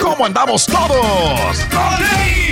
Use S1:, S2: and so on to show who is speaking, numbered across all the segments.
S1: ¿Cómo andamos todos?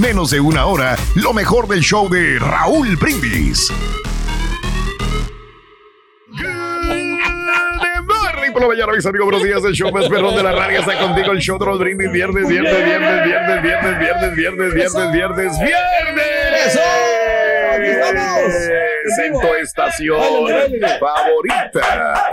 S1: menos de una hora lo mejor del show de Raúl Brindis. Morning por la mañana, mis amigos, buenos días. El show más perrón de la radio está contigo. El show de Raúl Brindis, viernes, viernes, viernes, viernes, viernes, viernes, viernes, viernes, viernes, viernes.
S2: ¡Eso! ¡Aquí estamos!
S1: En tu estación
S2: Báilale, báilale.
S1: favorita.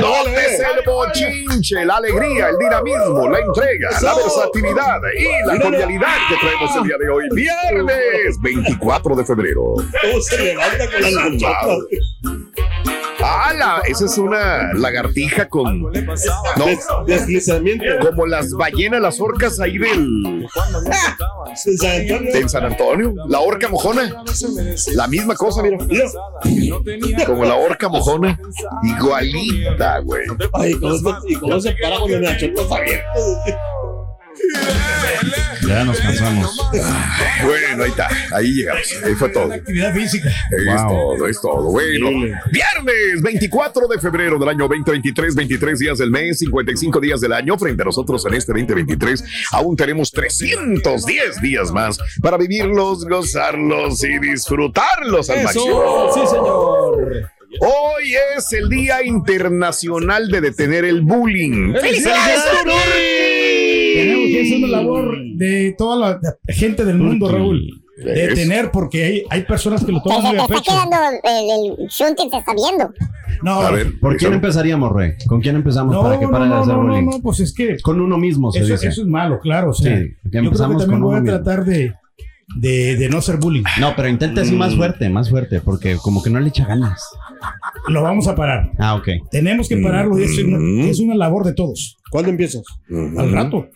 S1: Notes el bochinche, la alegría, el dinamismo, la entrega, la versatilidad y la cordialidad que traemos el día de hoy, viernes 24 de febrero.
S2: ¿Cómo se levanta con las muchachas?
S1: ¡Hala! Esa es una lagartija con. No,
S2: Des- deslizamiento.
S1: como las ballenas, las orcas ahí del,
S2: Deslizamiento.
S1: del San Antonio. La orca mojona. La misma cosa, mira. Como la orca mojona. Igualita, güey.
S2: Ay, ¿cómo se- ¿y cómo se para con el machote? Está bien.
S3: Ya nos cansamos.
S1: Bueno, ahí está. Ahí llegamos. Ahí fue todo.
S3: Actividad física.
S1: Es todo, es todo. Bueno, viernes 24 de febrero del año 2023, 23 días del mes, 55 días del año. Frente a nosotros en este 2023, aún tenemos 310 días más para vivirlos, gozarlos y disfrutarlos al máximo.
S2: sí, señor.
S1: Hoy es el Día Internacional de Detener el Bullying. ¡Felicidades,
S3: Tenemos que hacer
S1: Turul!
S3: una labor de toda la de- gente del mundo, Raúl.
S1: Es-
S3: Detener, porque hay, hay personas que lo
S4: Te,
S3: toman muy
S4: te
S3: a
S4: está
S3: pecho.
S4: quedando el, el shunting, te está viendo.
S3: No,
S1: A ver,
S5: ¿Por quién
S1: déjame-
S5: empezaríamos, Rey? ¿Con quién empezamos
S3: no,
S5: para que
S3: no,
S5: pare de
S3: no,
S5: hacer
S3: no, no,
S5: bullying?
S3: no, pues es que eso,
S5: Con uno mismo, se dice.
S3: eso es malo, claro. o sea,
S5: Sí, que
S3: yo creo que
S5: empezamos
S3: también
S5: con
S3: voy a
S5: uno mismo.
S3: tratar de, de, de no ser bullying.
S5: No, pero intenta así más fuerte, más fuerte, porque como que no le echa ganas.
S3: Lo vamos a parar.
S5: Ah, ok.
S3: Tenemos que pararlo y eso es una, es una labor de todos.
S2: ¿Cuándo empiezas?
S3: Al rato.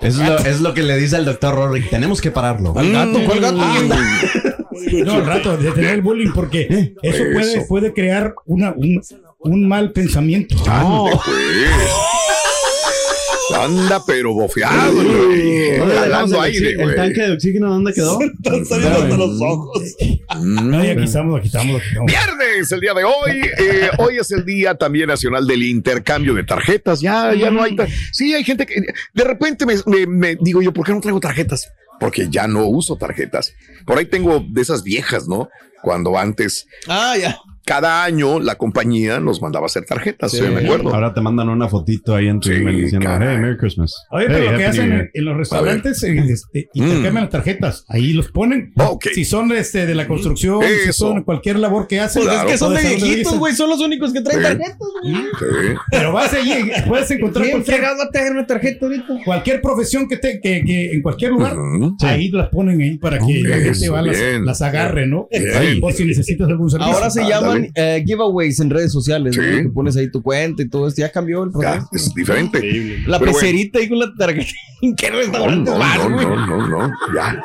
S5: Eso es lo, es lo que le dice al doctor Rory. Tenemos que pararlo. Ah,
S2: ¿Al gato? ¿Cuál gato?
S3: No, al rato, detener el bullying, porque eso, Puede,
S1: Eso.
S3: puede crear una, un, un mal pensamiento.
S1: Ande, pues. Anda, pero bofeado, güey.
S5: ¿Dónde dejamos
S1: Jalando
S5: el,
S1: aire,
S5: oxi- el
S1: güey.
S5: tanque de oxígeno dónde quedó?
S2: Están saliendo hasta los ojos.
S3: No, y aquí estamos, aquí estamos, aquí estamos.
S1: Mm. Viernes, el día de hoy. Eh, hoy es el día también nacional del intercambio de tarjetas. Ya, ya no hay. tar- Sí, hay gente que de repente me, me- me digo yo, ¿por qué no traigo tarjetas? Porque ya no uso tarjetas. Por ahí tengo de esas viejas, ¿no? Cuando antes,
S2: Ah, ya.
S1: cada año, la compañía nos mandaba hacer tarjetas, sí, me acuerdo.
S5: Ahora te mandan una fotito ahí en tu
S1: Sí,
S5: email diciendo,
S1: caray.
S5: hey, Merry Christmas.
S3: Oye,
S5: Hey,
S3: pero lo
S5: Happy
S3: que
S5: New
S3: hacen
S5: Year.
S3: en, en los restaurantes eh, este, intercambian las tarjetas, ahí los ponen.
S1: Ok.
S3: Si son este, de la construcción, si
S1: Eso.
S3: son cualquier labor que hacen.
S1: Pues es que
S3: o de salón belleza.
S2: Son los únicos que
S1: Sí.
S2: güey.
S1: Sí.
S3: Pero vas allí, puedes encontrar
S2: Bien
S3: cualquier,
S2: fregado, va a tener una tarjeta ahorita.
S3: cualquier profesión que, te, que, que en cualquier lugar.
S1: Ujú.
S3: Ahí las ponen ahí para que la gente
S1: Eso,
S3: va, las,
S1: bien.
S3: las agarre, ¿no?
S1: Bien.
S3: Por si necesitas algún servicio.
S6: Ahora se
S1: Ándale.
S6: llaman eh, giveaways en redes sociales.
S1: Ah, Sí.
S6: ¿no? Que pones ahí tu cuenta y todo esto. Ya cambió el
S1: Ya,
S6: proceso.
S1: es diferente.
S6: La
S1: Pero bueno.
S6: pecerita ahí con la tarjeta. ¿En qué
S1: No,
S6: restaurante
S1: no,
S6: vas,
S1: no,
S6: güey?
S1: no, no, no, ya.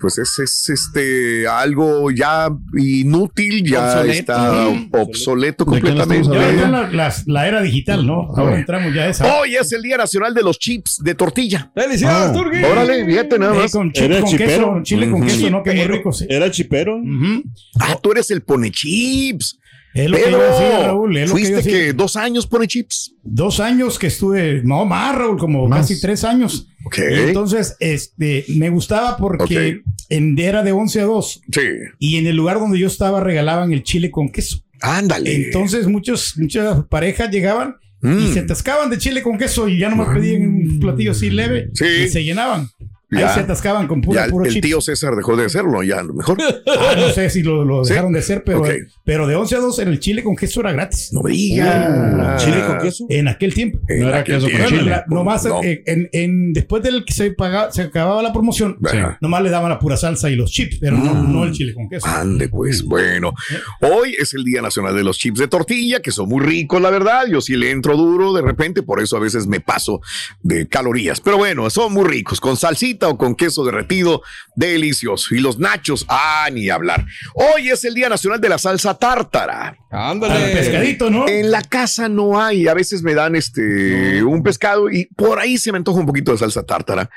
S1: Pues es, es, este algo ya inútil, ya
S6: Obsoleto.
S1: está obsoleto
S5: ¿De qué no estamos
S3: Ya ahorita
S1: completamente.
S3: la, las- la era digital, ¿no? Ahora entramos ya a esa.
S1: Hoy es el Día Nacional de los Chips de Tortilla.
S6: ¡Felicidades, Turgi!
S1: Ah, Órale, fíjate nada
S3: Eh,
S1: más.
S3: con chile
S2: Era
S3: con
S2: chipero.
S3: queso, chile con
S1: Ujú. eh,
S3: queso, ¿no? Que muy rico. sí.
S2: ¿Era chipero?
S3: Ujú.
S1: Ah, tú eres el pone chips.
S3: Es lo que yo decía, Raúl. Es
S1: Pero
S3: lo que yo
S1: fuiste
S3: decía.
S1: que dos años pone chips.
S3: Dos años que estuve, no más, Raúl, como
S5: Más.
S3: casi tres años.
S1: Ok.
S3: Y entonces, este, me gustaba porque en, era de 11 a 2
S1: Sí.
S3: y en el lugar donde yo estaba regalaban el chile con queso.
S1: Ándale.
S3: Entonces, muchos, muchas parejas llegaban
S1: Eh. Mm. Ah.
S3: y se atascaban de chile con queso y ya nomás pedían un platillo así leve
S1: Sí.
S3: y se llenaban. Ahí
S1: Ya.
S3: se atascaban con puro,
S1: Ya el,
S3: puro
S1: el
S3: chip.
S1: tío César dejó de hacerlo, ya a lo mejor.
S3: Ah, no sé si lo, lo
S1: ¿Sí?
S3: dejaron de hacer, pero,
S1: Ok.
S3: pero de 11 a 12 en el chile con queso era gratis.
S1: No me digas.
S7: ¿Chile con queso?
S3: En aquel tiempo.
S1: Eh, En
S2: No era
S1: aquel
S2: queso con
S1: tiempo.
S3: Bueno,
S2: chile.
S3: la- nomás
S1: No.
S3: eh, en, en- después del que se, pagaba, se acababa la promoción,
S1: Ajá.
S3: nomás le daban la pura salsa y los chips, pero no,
S1: Ah.
S3: no el chile con queso.
S1: Ande, pues. Bueno, hoy es el Día Nacional de los Chips de Tortilla, que son muy ricos, la verdad. Yo sí le entro duro de repente, por eso a veces me paso de calorías. Pero bueno, son muy ricos, con salsita o con queso derretido, delicioso. Y los nachos, ah, ni hablar. Hoy es el Día Nacional de la Salsa Tártara.
S3: Al
S6: Ándale.
S3: pescadito, ¿no?
S1: eh. En la casa no hay, a veces me dan este un pescado y por ahí se me antoja un poquito de salsa tártara.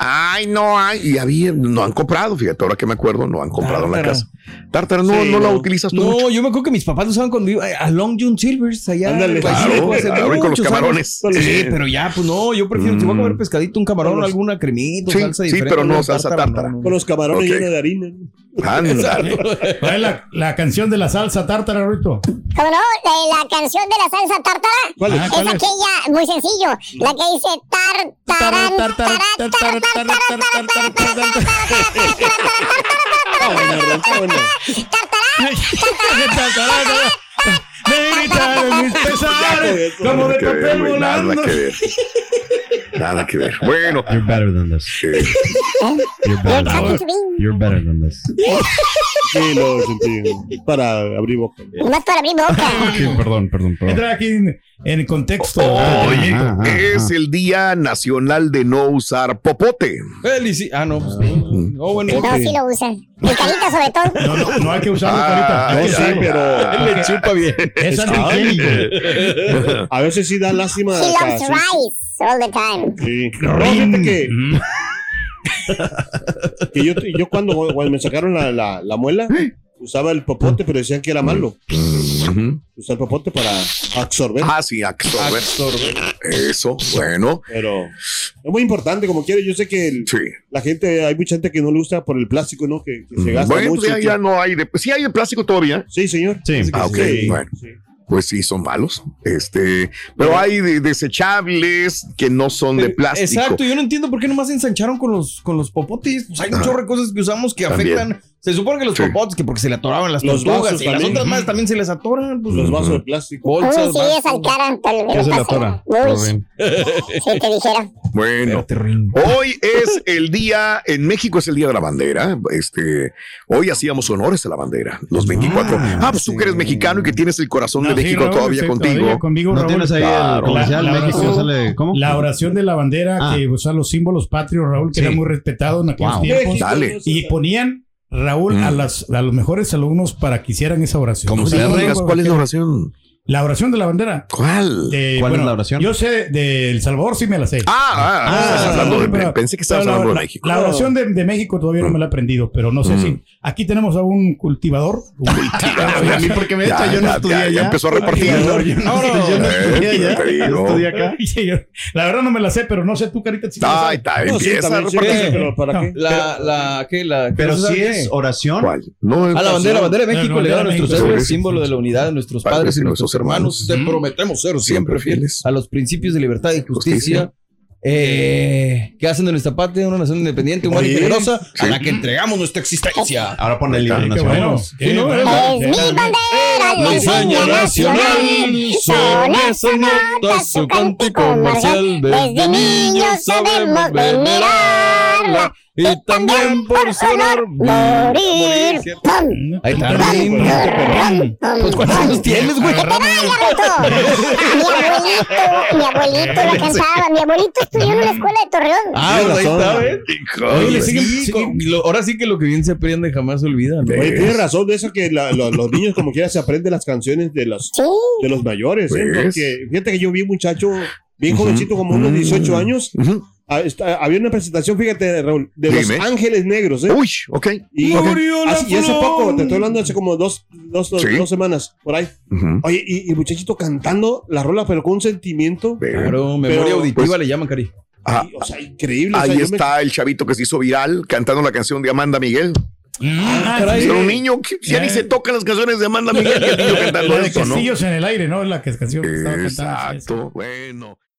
S1: Ay, no hay, y había, no han comprado, fíjate, ahora que me acuerdo, no han comprado en la
S6: Tártara.
S1: casa. Tártara, no,
S2: Sí,
S1: no, la
S2: no.
S1: utilizas tú mucho.
S6: No, yo me acuerdo que mis papás lo usaban cuando iba eh, a Long John Silvers allá.
S2: Ándale.
S6: en
S1: Claro,
S6: Guajileco, hace
S1: claro, y con los
S6: muchos años.
S1: camarones. Mm.
S6: Sí, pero ya, pues no, yo prefiero, si voy a comer pescadito, un camarón, alguna cremita,
S1: Sí,
S6: salsa
S1: sí,
S6: diferente.
S1: pero no
S6: una
S1: salsa tártara.
S2: Con los camarones
S1: Ok.
S2: llenos de harina.
S1: Ah, Ándale.
S3: ¿Cuál es la, la canción de la salsa tártara, Rito?
S4: ¿Cómo no? La, la canción de la salsa tártara
S3: ¿Cuál
S2: Ah,
S3: es?
S4: es aquella, muy sencillo, la que dice tartarán, tará, tará, tará, tará, tará,
S2: Está buena, Raúl, está buena.
S3: Negrita de mis pesares, como de
S1: Nada que ver,
S3: papel
S1: güey, nada
S3: volando.
S1: que ver. Nada que ver. Bueno,
S8: You're better than this.
S1: eh,
S8: You're
S4: You're
S8: better than
S4: talking
S8: this.
S4: to me.
S8: You're better than this.
S2: Sí, lo sentí. Para abrir boca.
S4: Nomás para abrir boca.
S8: Sí, perdón, perdón, perdón.
S3: Entra aquí en, en el contexto.
S1: oye,
S8: ajá, ajá.
S1: es el Día Nacional de No Usar Popote.
S6: Felici- Ah, no, pues no. Oh, bueno.
S4: No, sí lo usa. Mi carita sobre todo.
S3: No, no, no hay que usarlo,
S1: Ah,
S3: carita. Hay que
S1: ya,
S3: usarlo.
S1: ya.
S6: Le chupa bien.
S3: Es antihigiénico.
S2: A veces sí da lástima.
S4: She
S2: o sea,
S4: loves
S2: sí,
S4: rice all the time.
S2: sí. No, fíjate que, que yo, yo cuando, cuando me sacaron la, la, la muela, usaba el popote, pero decían que era malo.
S1: Ujú.
S2: Usaba el popote para absorber.
S1: Ah, sí, absorber. Eso, bueno,
S2: Pero es muy importante, como quiere. Yo sé que el-
S1: sí.
S2: la gente, hay mucha gente que no le gusta por el plástico, ¿no? Que, que se gasta
S1: Bueno, pues
S2: mucho.
S1: ya,
S2: y
S1: ya
S2: que-
S1: no hay de, pues sí hay de plástico todavía.
S2: Sí, señor.
S8: Sí.
S2: Así que
S1: Ah, ok,
S2: sí.
S1: bueno.
S2: Sí.
S1: Pues sí, son malos. Este, pero hay de- desechables que no son
S8: Eh,
S1: de plástico.
S6: Exacto, yo no entiendo por qué nomás se ensancharon con los, con los popotes. Pues hay un chorro de cosas que usamos que
S1: También.
S6: afectan. Se supone que los
S1: Sí.
S6: popotes, que porque se le atoraban las
S2: Los
S6: tortugas
S2: vasos
S6: y las
S2: también.
S6: otras más también se les atoran.
S8: Mm.
S6: Pues
S2: Los
S6: los
S2: vasos de plástico.
S4: Uy,
S6: bolsas.
S4: sí,
S6: vasos.
S4: esa cara. pero-
S8: ¿Qué es la
S4: así.
S8: tora?
S4: Uy, si te dijera.
S1: Bueno, hoy es el día, en México es el día de la bandera. Este, hoy hacíamos honores a la bandera, los 24. Ah, pues tú que eres mexicano y que tienes el corazón de
S3: No, sí,
S1: México
S3: Raúl,
S1: todavía
S3: sí,
S1: contigo.
S3: conmigo,
S8: ¿No
S3: Raúl.
S8: tienes ahí el
S1: Claro.
S8: comercial?
S3: La- la
S8: México
S3: oración.
S8: sale. ¿Cómo?
S3: La oración de la bandera
S8: Ah.
S3: que usan los símbolos patrios, Raúl, que
S8: Sí.
S3: era muy respetado en aquellos
S8: Wow.
S3: tiempos.
S1: Dale.
S3: Y ponían, Raúl, a,
S1: Mm.
S3: las, a los mejores alumnos para que hicieran esa oración.
S1: Como si
S3: Raúl,
S1: no digas,
S3: Raúl,
S1: ¿cuál es la
S3: Raúl?
S1: oración?
S3: La oración de la bandera.
S1: ¿Cuál?
S3: De-
S8: ¿Cuál es la oración?
S3: Yo sé de El Salvador, sí me la sé.
S1: Ah, ah, ah, estás
S3: Ah,
S1: hablando de-
S3: pero-
S1: pensé que estabas
S3: pero la-
S1: hablando de
S3: la-
S1: México.
S3: La oración de, de México todavía no me la he aprendido, pero no sé
S1: Mm.
S3: si. Aquí tenemos a un cultivador.
S8: A mí porque me
S1: Ya,
S8: echa, yo no
S1: ya,
S8: estudié
S1: ya, ya
S8: allá.
S1: empezó a repartir.
S8: No, yo no estudié- yo no
S1: Eh,
S8: estudié allá.
S1: te digo.
S8: Yo estudié acá.
S3: Sí, yo- la verdad no me la sé, pero no sé tú, carita, si te la sabes.
S1: Ay, está,
S2: No, sí,
S1: empieza a
S2: también, sí,
S1: repartir.
S2: pero ¿para qué?
S6: La, la, ¿qué? La,
S8: Pero
S6: ¿no se sabe
S8: si
S6: qué?
S8: es oración.
S1: ¿Cuál? No,
S6: A la bandera, bandera de
S3: La
S6: México,
S3: bandera
S6: legado a
S3: de
S6: nuestros
S3: México.
S6: héroes,
S1: Sí.
S6: símbolo de la unidad de nuestros
S1: Padres
S6: padres
S1: y
S6: y nuestros
S1: nuestros
S6: hermanos. Te
S3: hermanos.
S6: prometemos ser siempre
S1: Siempre
S6: fieles
S1: fieles.
S6: a los principios de libertad y justicia.
S1: Justicia.
S6: eh, que hacen de nuestra parte una nación independiente, humana y
S2: Oye.
S6: generosa, a
S1: Sí.
S6: la que entregamos nuestra existencia.
S8: Ahora pon el libro
S3: Qué
S8: nacional.
S3: bueno. Qué
S6: no,
S3: bueno.
S4: Es mi bandera, la enseña nacional. Son esas notas, su cántico marcial. Desde niños sabemos venerarla.
S6: Este
S4: Y también por su honor mm, morir. ¡Pum!
S6: Ahí está.
S4: Pues
S6: ¿Cuántos años tienes, güey?
S4: Ah, Mi abuelito, mi abuelito la cantaba. Mi abuelito estudió en la escuela de Torreón.
S6: Ah,
S2: Tienes
S6: ahí
S2: razón.
S6: está, ¿ves?
S1: Híjole.
S6: Oye, le siguen-
S3: Sí,
S6: sí,
S3: con-
S6: lo- ahora sí que lo que bien se aprende jamás se olvida. ¿no?
S2: Oye, tienes razón de eso que la- lo- los niños como quiera se aprenden las canciones de los,
S4: Sí.
S2: de los mayores. ¿eh?
S1: ¿Ves?
S2: Porque fíjate que yo vi un muchacho bien
S1: Pues. Ujú.
S2: jovencito, como unos
S1: Mm.
S2: 18 años.
S1: Ujú.
S2: ah, está- había una presentación, fíjate, Raúl, de
S1: Dime.
S2: Los Ángeles Negros. ¿eh?
S1: Uy, ok.
S2: Y,
S3: Murió la
S6: Ah,
S2: hace, y hace
S3: flor.
S2: poco, te estoy hablando hace como dos, dos, dos-
S1: Sí.
S2: dos semanas, por ahí.
S1: Ujú.
S2: Oye, y, y muchachito cantando la rola, pero con un sentimiento.
S1: Ve.
S6: Claro, memoria
S2: Pero,
S6: auditiva
S1: pues,
S6: le llaman, Cari.
S1: Ah,
S2: y, o sea, increíble. o sea,
S1: Ahí
S2: yo me-
S1: está el chavito que se hizo viral cantando la canción de Amanda Miguel.
S3: Ah,
S6: caray.
S3: sí.
S1: Era un niño que ya ni
S3: Eh.
S1: se tocan las canciones de Amanda Miguel y el niño cantando
S3: La de
S1: esto, ¿no?
S3: Castillos en el aire, ¿no? Es la que- canción que estaba cantando.
S1: Exacto. Bueno.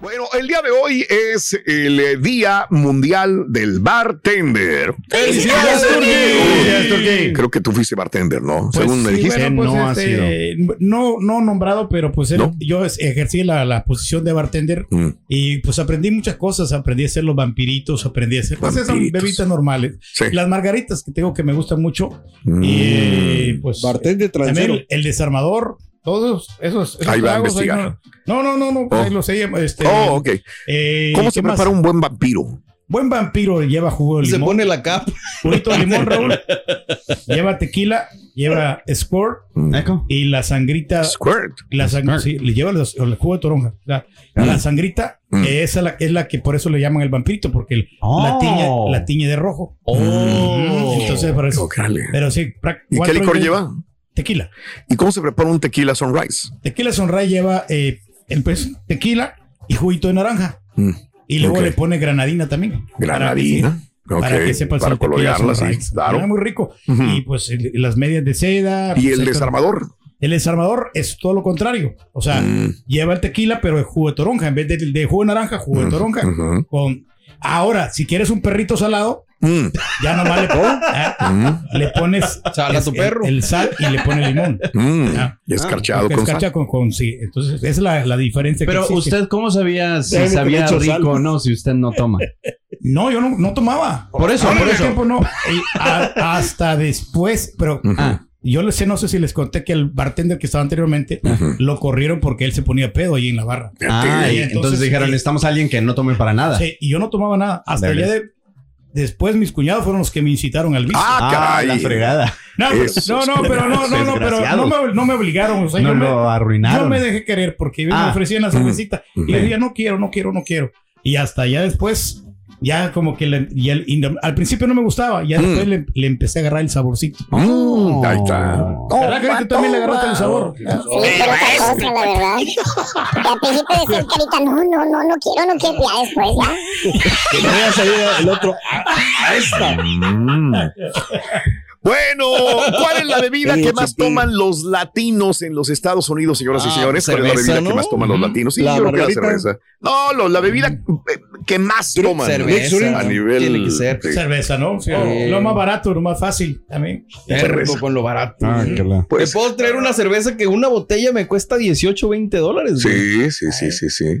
S1: Bueno, el día de hoy es el eh, Día Mundial del Bartender.
S5: ¡Felicidades,
S3: Turquí!
S1: Creo que tú fuiste bartender, ¿no?
S3: Pues
S1: Según me
S3: sí,
S1: dijiste.
S3: bueno,
S8: No ha
S3: pues, este, No, no nombrado, pero pues era-
S1: ¿No?
S3: yo es- ejercí la, la posición de bartender
S1: Mm.
S3: y pues aprendí muchas cosas. Aprendí a hacer los vampiritos, aprendí a hacer pues esas
S1: Vampiritos. Eh.
S3: bebidas normales.
S1: Sí.
S3: Las margaritas que tengo que me gustan mucho.
S1: Mm.
S3: Y eh, pues
S2: Bartender
S3: también
S2: transero.
S3: el, el desarmador. Todos esos, esos
S1: Ahí va a
S3: tragos,
S1: investigar.
S3: no, no, no, no,
S1: Oh.
S3: ahí los he- este,
S1: Oh, ok.
S3: eh,
S1: ¿Cómo se
S3: ¿qué más?
S1: prepara un buen vampiro?
S3: Buen vampiro lleva jugo de
S6: Se
S3: limón.
S6: pone la capa.
S3: Purito de limón, Raúl. lleva tequila, lleva squirt
S1: Mm.
S5: Eh,
S8: Eco.
S3: y la sangrita.
S1: Squirt.
S3: La sang- sí, le lleva los- el jugo de toronja. La, la sangrita,
S1: Mm.
S3: eh, esa la- es la que por eso le llaman el vampirito, porque el- la,
S8: Oh.
S3: tiñe, la tiñe de rojo.
S5: oh,
S3: Ujú, Entonces, por eso.
S1: Órale.
S5: eh,
S3: Pero sí, pra-
S1: Oh. Mm. ¿Y qué
S3: cuatro
S1: licor
S3: ingre-
S1: lleva?
S3: Tequila.
S1: ¿Y cómo se prepara un tequila sunrise?
S3: Tequila Sunrise lleva eh, el pues, tequila y juguito de naranja.
S1: Mm.
S3: Y luego
S1: Ok.
S3: le pone granadina también. Para que sí-
S1: Granadina. Ok.
S3: Para que sepas
S1: Para
S3: el tequila
S1: colorearla, sí.
S3: Sunrise. Era
S1: Claro.
S3: muy rico.
S1: Ujú.
S3: Y pues el- las medias de seda.
S1: ¿Y
S3: pues,
S1: el
S3: esto-
S1: desarmador?
S3: El desarmador es todo lo contrario. O sea,
S1: Mm.
S3: lleva el tequila, pero el jugo de toronja. En vez de, de jugo de naranja, jugo
S1: Mm.
S3: de toronja.
S1: Ujú.
S3: Con... Ahora, si quieres un perrito salado,
S1: Mm.
S3: ya nomás le, pon- ah,
S1: Mm.
S3: le pones
S6: Sal a
S3: es-
S6: tu perro.
S3: El, el sal y le pones limón.
S1: Mm.
S3: Ah.
S1: Y escarchado
S3: Porque
S1: con sal.
S3: escarcha con, con- sí. Entonces, esa es la, la diferencia que
S8: Pero
S3: existe.
S8: usted, ¿cómo sabía si
S2: Dame con
S8: sabía
S2: mucho sal.
S8: rico o no si usted no toma?
S3: No, yo no, no tomaba.
S8: Por eso,
S3: Ahora
S8: por
S3: en el
S8: eso.
S3: tiempo no. Y a- hasta después, pero
S1: Ujú.
S8: Ah,
S3: yo les sé, no sé si les conté que el bartender que estaba anteriormente lo corrieron porque él se ponía pedo ahí en la barra.
S8: ah,
S3: Sí,
S8: y
S3: entonces,
S8: entonces, dijeron,
S3: sí.
S8: necesitamos a alguien que no tome para
S1: Ah.
S8: nada.
S3: Sí, y yo no tomaba nada. Hasta
S8: Dale.
S3: ya de- después mis cuñados fueron los que me incitaron al vicio.
S1: Ah,
S8: Ah, la
S1: caray.
S8: fregada.
S3: no, pero-
S1: esos
S3: no, no, pero no, no, no, pero no
S8: desgraciados.
S3: me, no me obligaron. O sea,
S8: No
S3: yo, me,
S8: lo
S3: yo
S8: arruinaron.
S3: me dejé querer porque me
S8: Ah.
S3: ofrecían la cervecita y le
S1: Ujú.
S3: decía, no quiero, no quiero, no quiero. Y hasta ya después, ya como que le- y el- y al principio no me gustaba, ya
S1: Mm.
S3: después le, le empecé a agarrar el saborcito.
S1: Mm, ahí está.
S3: ¿Verdad que tú también le agarraste el sabor? Ah,
S4: pero otra cosa, la verdad. Que al principio decía el carita, no, no, no, no quiero, no quiero, ya después, ya.
S2: Que no haya salido el otro. A, a esta.
S1: Mm. Bueno, ¿cuál es la bebida
S2: Qué
S1: que
S2: bien,
S1: más
S2: Chapín.
S1: toman los latinos en los Estados Unidos, señoras y
S6: Ah,
S1: señores? ¿Cuál es la
S6: cerveza,
S1: bebida que
S6: ¿no?
S1: más toman los
S6: Ujú.
S1: latinos? Sí,
S2: La
S1: yo creo que la
S2: margarita.
S1: cerveza. No, lo- la bebida eh, que más toman.
S6: cerveza.
S1: A nivel.
S6: Tiene que ser.
S1: sí. Oh.
S3: Cerveza, ¿no? O sea,
S6: Sí.
S3: Lo más barato, lo más fácil también.
S6: Qué rico con lo barato.
S8: Ah,
S6: Te
S1: Pues,
S6: puedo traer una cerveza que una botella me cuesta 18, 20 dólares. güey.
S1: sí, sí, sí, sí, sí.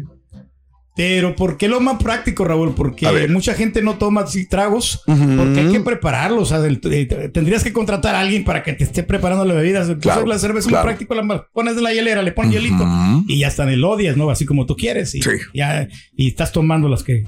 S3: Pero ¿por qué lo más práctico, Raúl?
S1: A
S3: Porque
S1: ver.
S3: mucha gente no toma así tragos porque hay que prepararlos. O sea, del- eh, tendrías que contratar a alguien para que te esté preparando las bebidas. Entonces
S1: Claro,
S3: la cerveza
S1: claro.
S3: muy práctico, la ma- pones en la hielera, le pones hielito
S1: Ujú.
S3: y ya están el odias, ¿no? Así como tú quieres. Y,
S1: Sí.
S3: ya, y estás tomando las que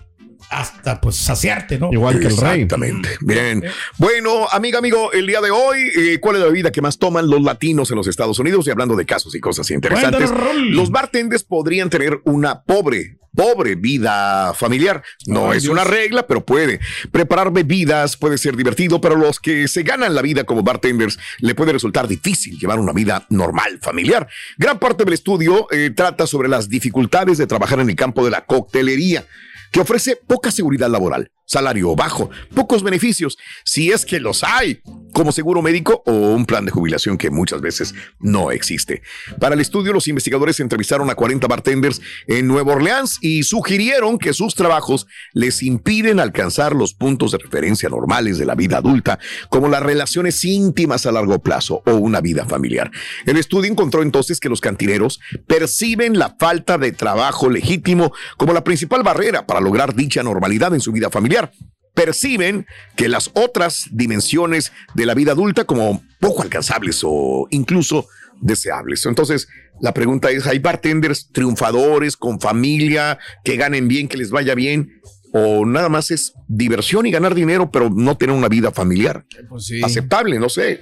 S3: hasta pues saciarte, ¿no?
S8: Igual que el rey.
S1: Exactamente.
S3: ¿Eh?
S1: Bien. Bueno, amiga, amigo, el día de hoy, eh, ¿cuál es la bebida que más toman los latinos en los Estados Unidos? Y hablando de casos y cosas interesantes,
S3: Cuéntanos, Raúl.
S1: los bartenders podrían tener una pobre, pobre vida familiar. No es una regla, pero puede. Preparar bebidas puede ser divertido, pero los que se ganan la vida como bartenders le puede resultar difícil llevar una vida normal, familiar. Gran parte del estudio eh, trata sobre las dificultades de trabajar en el campo de la coctelería que ofrece poca seguridad laboral, salario bajo, pocos beneficios, si es que los hay, como seguro médico o un plan de jubilación que muchas veces no existe. Para el estudio, los investigadores entrevistaron a 40 bartenders en Nueva Orleans y sugirieron que sus trabajos les impiden alcanzar los puntos de referencia normales de la vida adulta, como las relaciones íntimas a largo plazo o una vida familiar. El estudio encontró entonces que los cantineros perciben la falta de trabajo legítimo como la principal barrera para lograr dicha normalidad en su vida familiar. Perciben que las otras dimensiones de la vida adulta como poco alcanzables o incluso deseables. Entonces, la pregunta es, ¿hay bartenders triunfadores con familia que ganen bien, que les vaya bien? ¿O nada más es diversión y ganar dinero, pero no tener una vida familiar
S6: Pues sí.
S1: aceptable? No sé.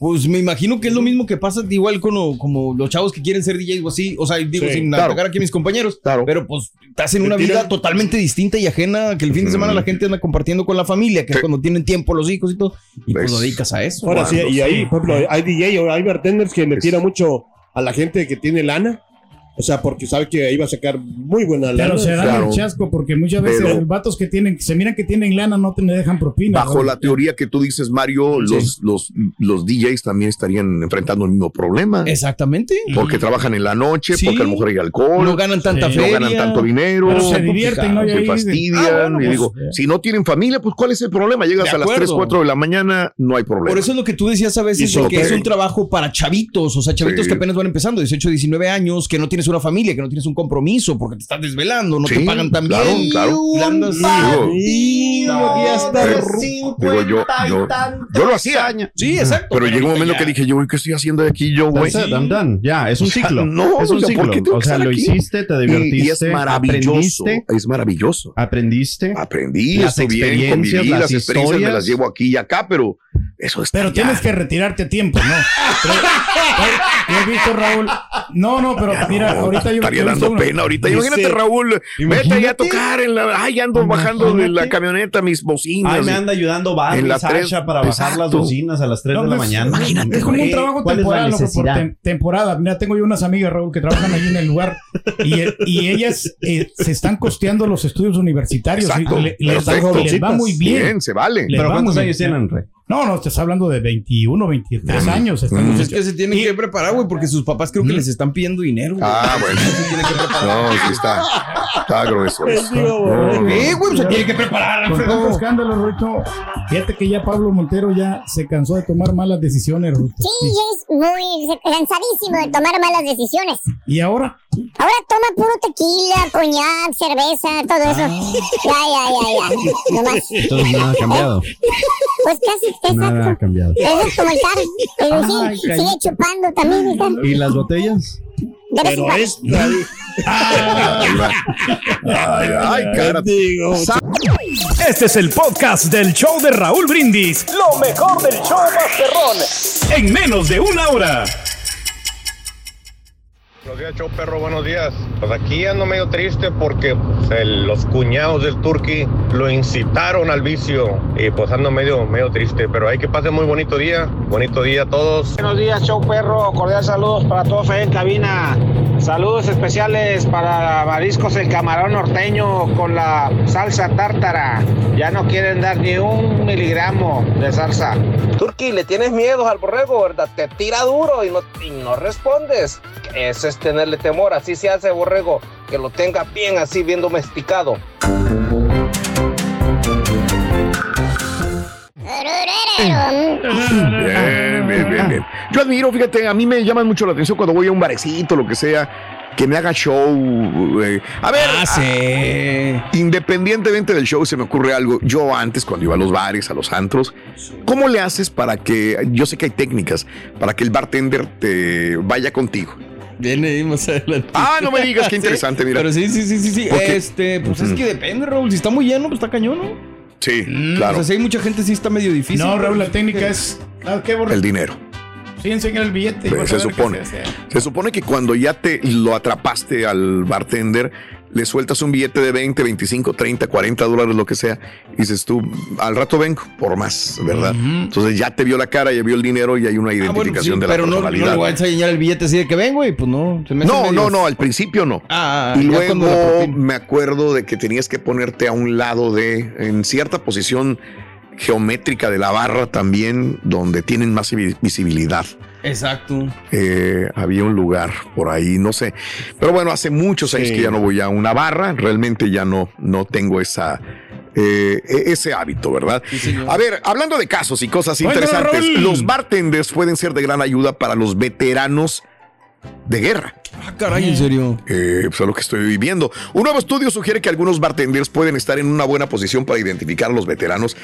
S6: Pues me imagino que es lo mismo que pasa igual con lo- como los chavos que quieren ser DJs o así, o sea, digo
S2: Sí,
S6: sin
S1: claro.
S6: atacar aquí a mis compañeros,
S1: Claro.
S6: pero pues estás en una
S2: tiran-
S6: vida totalmente distinta y ajena que el fin de semana la gente anda compartiendo con la familia, que
S1: Sí.
S6: es cuando tienen tiempo los hijos y todo, y
S1: ¿Ves?
S6: pues lo dedicas a eso.
S2: Ahora sí, y ahí, por ejemplo, hay DJ o hay bartenders que le
S1: Es-
S2: tira mucho a la gente que tiene lana. O sea, porque sabe que ahí va a sacar muy buena lana.
S3: Pero se dan
S1: Claro.
S3: el chasco porque muchas veces
S1: Pero-
S3: los vatos que tienen, se miran que tienen lana, no te le dejan propina.
S1: Bajo
S3: ¿no?
S1: la teoría que tú dices, Mario, los, los, los DJs también estarían enfrentando el mismo problema.
S6: Exactamente.
S1: Porque trabajan en la noche,
S6: Sí.
S1: porque a lo mejor hay alcohol,
S6: No
S1: no,
S6: ganan tanta
S3: Sí.
S6: feria.
S1: ganan tanto dinero,
S3: Pero
S6: está
S3: se divierten, ¿no?
S6: complicado,
S3: Y
S1: se
S3: ahí-
S1: fastidian.
S3: Ah, bueno,
S1: y
S3: pues,
S1: digo, si no tienen familia, pues ¿cuál es el problema? Llegas
S6: De
S1: a las 3,
S6: acuerdo.
S1: 4 de la mañana, no hay problema.
S6: Por eso es lo que tú decías a
S1: Y
S6: veces, de
S1: solo
S6: que es
S1: te-
S6: un trabajo para chavitos, o sea, chavitos
S1: Sí.
S6: que apenas van empezando, 18, 19 años, que no tienes una familia, que no tienes un compromiso, porque te estás desvelando, no
S1: Sí,
S6: te pagan tan
S1: claro,
S6: bien.
S1: claro.
S6: Y andas-
S1: Digo,
S7: ya está
S1: Pero-
S7: de
S1: digo, yo,
S7: 50 y
S1: yo,
S7: tantos
S1: yo lo hacía,
S6: Sí, exacto.
S1: pero llegó un
S6: ahorita
S1: momento
S6: ya.
S1: que dije, yo, güey, ¿qué estoy haciendo de aquí yo, güey?
S8: That's it, I'm done. Ya, es un
S1: O sea,
S8: ciclo.
S1: no,
S8: es un
S1: o sea, ¿por
S8: ciclo.
S1: qué tengo
S8: O
S1: que
S8: sea,
S1: estar
S8: lo
S1: aquí?
S8: hiciste, te
S1: Y, y es
S8: divertiste,
S1: maravilloso,
S8: aprendiste,
S1: es maravilloso.
S8: aprendiste.
S1: Aprendí,
S8: Las
S1: esto bien,
S8: experiencias,
S1: conviví,
S8: las
S1: las experiencias me
S8: historias.
S1: las llevo aquí y acá, pero eso está
S3: Pero
S1: ya.
S3: tienes que retirarte a tiempo, ¿no? Pero- pero- Yo he visto, Raúl. No, no, pero mira,
S1: No,
S3: ahorita yo
S1: estaría
S3: yo he visto
S1: dando
S3: uno.
S1: pena ahorita.
S2: Dice-
S1: Imagínate, Raúl, vete ya a tocar en la. Ay, ando bajando de la
S8: Imagínate.
S1: camioneta mis
S8: Ay,
S1: bocinas.
S8: me anda ayudando
S1: En
S8: Barry
S1: la
S8: Sacha
S1: tres-
S8: para bajar las
S1: Exacto.
S8: bocinas a las 3
S3: No,
S8: de la
S3: pues,
S8: mañana.
S3: Es como un
S8: Güey,
S3: trabajo
S8: ¿cuál es la
S3: temporal, loco, por
S8: necesidad?
S3: tem- temporada. Mira, tengo yo unas amigas, Raúl, que trabajan ahí en el lugar y, y ellas eh, se están costeando los estudios universitarios.
S1: Exacto,
S3: y le- les, da-
S1: perfecto.
S3: les va muy bien.
S1: Bien, se vale.
S3: Les
S8: ¿Pero
S3: va
S8: cuántos
S3: muy
S8: años
S3: bien.
S8: tienen, Rey?
S3: No, no, estás hablando de 21, 23 años. están
S6: Pues
S3: los
S6: es que se tienen
S3: Y-
S6: que preparar, güey, porque sus papás creo que les están pidiendo dinero. güey.
S1: Ah, bueno. No, sí está. Está grueso. No, no.
S6: Eh, güey, se tiene que preparar.
S3: Con tanto escándalo, Ruito. Fíjate que ya Pablo Montero ya se cansó de tomar malas decisiones, Ruito.
S4: Sí, es muy cansadísimo de tomar malas decisiones.
S3: Y ahora,
S4: Ahora toma puro tequila, coñac, cerveza, todo eso. Ya, ya, ya, ya. Nomás.
S8: Entonces nada ha cambiado.
S4: Pues casi,
S8: Nada ha
S4: exacto.
S8: cambiado.
S4: Eso es como el tar. Pero sí, sigue chupando también el tar.
S8: ¿Y las botellas?
S4: De vez en
S2: Pero
S4: cuando.
S2: es la
S1: Ay, ay, cara.
S2: digo.
S5: Este es el podcast del show de Raúl Brindis. Lo mejor del show Masterrón. En menos de una hora.
S9: Buenos días, show perro, buenos días. Pues aquí ando medio triste porque pues, el- los cuñados del Turqui lo incitaron al vicio y pues ando medio, medio triste, pero hay que pasen muy bonito día, bonito día a todos.
S10: Buenos días, show perro. Cordial saludos para todos ahí en cabina. Saludos especiales para Mariscos el Camarón Norteño con la salsa tártara. Ya no quieren dar ni un miligramo de salsa. Turqui, le tienes miedo al borrego, ¿verdad? Te tira duro y no, y no respondes. Ese es tenerle temor. Así se hace borrego. Que lo tenga bien así, bien domesticado.
S1: Bien, bien, bien, bien. Yo admiro, fíjate, a mí me llaman mucho la atención cuando voy a un barecito, lo que sea, que me haga show. eh. A ver,
S6: Ah, sí.
S1: Independientemente del show, se me ocurre algo. Yo antes, cuando iba a los bares, a los antros, ¿cómo le haces para que, yo sé que hay técnicas, para que el bartender te vaya contigo?
S6: Viene ahí más adelante.
S1: Ah, no me digas, qué interesante, mira.
S6: Pero sí, sí, sí, sí, sí.
S1: Porque-
S6: Este, pues es
S1: Ujú.
S6: que depende, Raúl. Si está muy lleno, pues está cañón, ¿no?
S1: Sí,
S6: O
S1: claro,
S6: sea, si hay mucha gente, sí está medio difícil.
S3: no,
S6: pero-
S3: Raúl, la técnica es. ¿Sabes qué, borre?
S1: el dinero.
S3: Sí, enseña el billete. y
S1: Pues,
S3: vas a ver
S1: se
S3: qué
S1: supone.
S3: hace.
S1: Se supone que cuando ya te lo atrapaste al bartender, le sueltas un billete de 20, 25, 30, 40 dólares, lo que sea, y dices tú, al rato vengo por más, ¿verdad? Entonces ya te vio la cara, ya vio el dinero y hay una
S6: Ah, bueno, sí,
S1: identificación de la
S6: pero no, no
S1: personalidad.
S6: le voy a enseñar el billete así de que ven, güey. Pues no. se me hace
S1: no,
S6: medio-
S1: no, no, al principio no.
S6: Ah,
S1: Y
S6: ya cuando la
S1: luego
S6: propina.
S1: me acuerdo de que tenías que ponerte a un lado de, en cierta posición geométrica de la barra también, donde tienen más vi- visibilidad.
S6: Exacto.
S1: Eh, había un lugar por ahí, no sé. Pero bueno, hace muchos años
S2: Sí.
S1: que ya no voy a una barra, realmente ya no, no tengo esa, eh, e- ese hábito, ¿verdad?
S6: señor.
S1: a ver, hablando de casos y cosas
S3: Bueno,
S1: interesantes,
S3: Raúl.
S1: los bartenders pueden ser de gran ayuda para los veteranos de guerra.
S6: Ah, caray, en serio.
S1: Eh, pues es lo que estoy viviendo. Un nuevo estudio sugiere que algunos bartenders pueden estar en una buena posición para identificar a los veteranos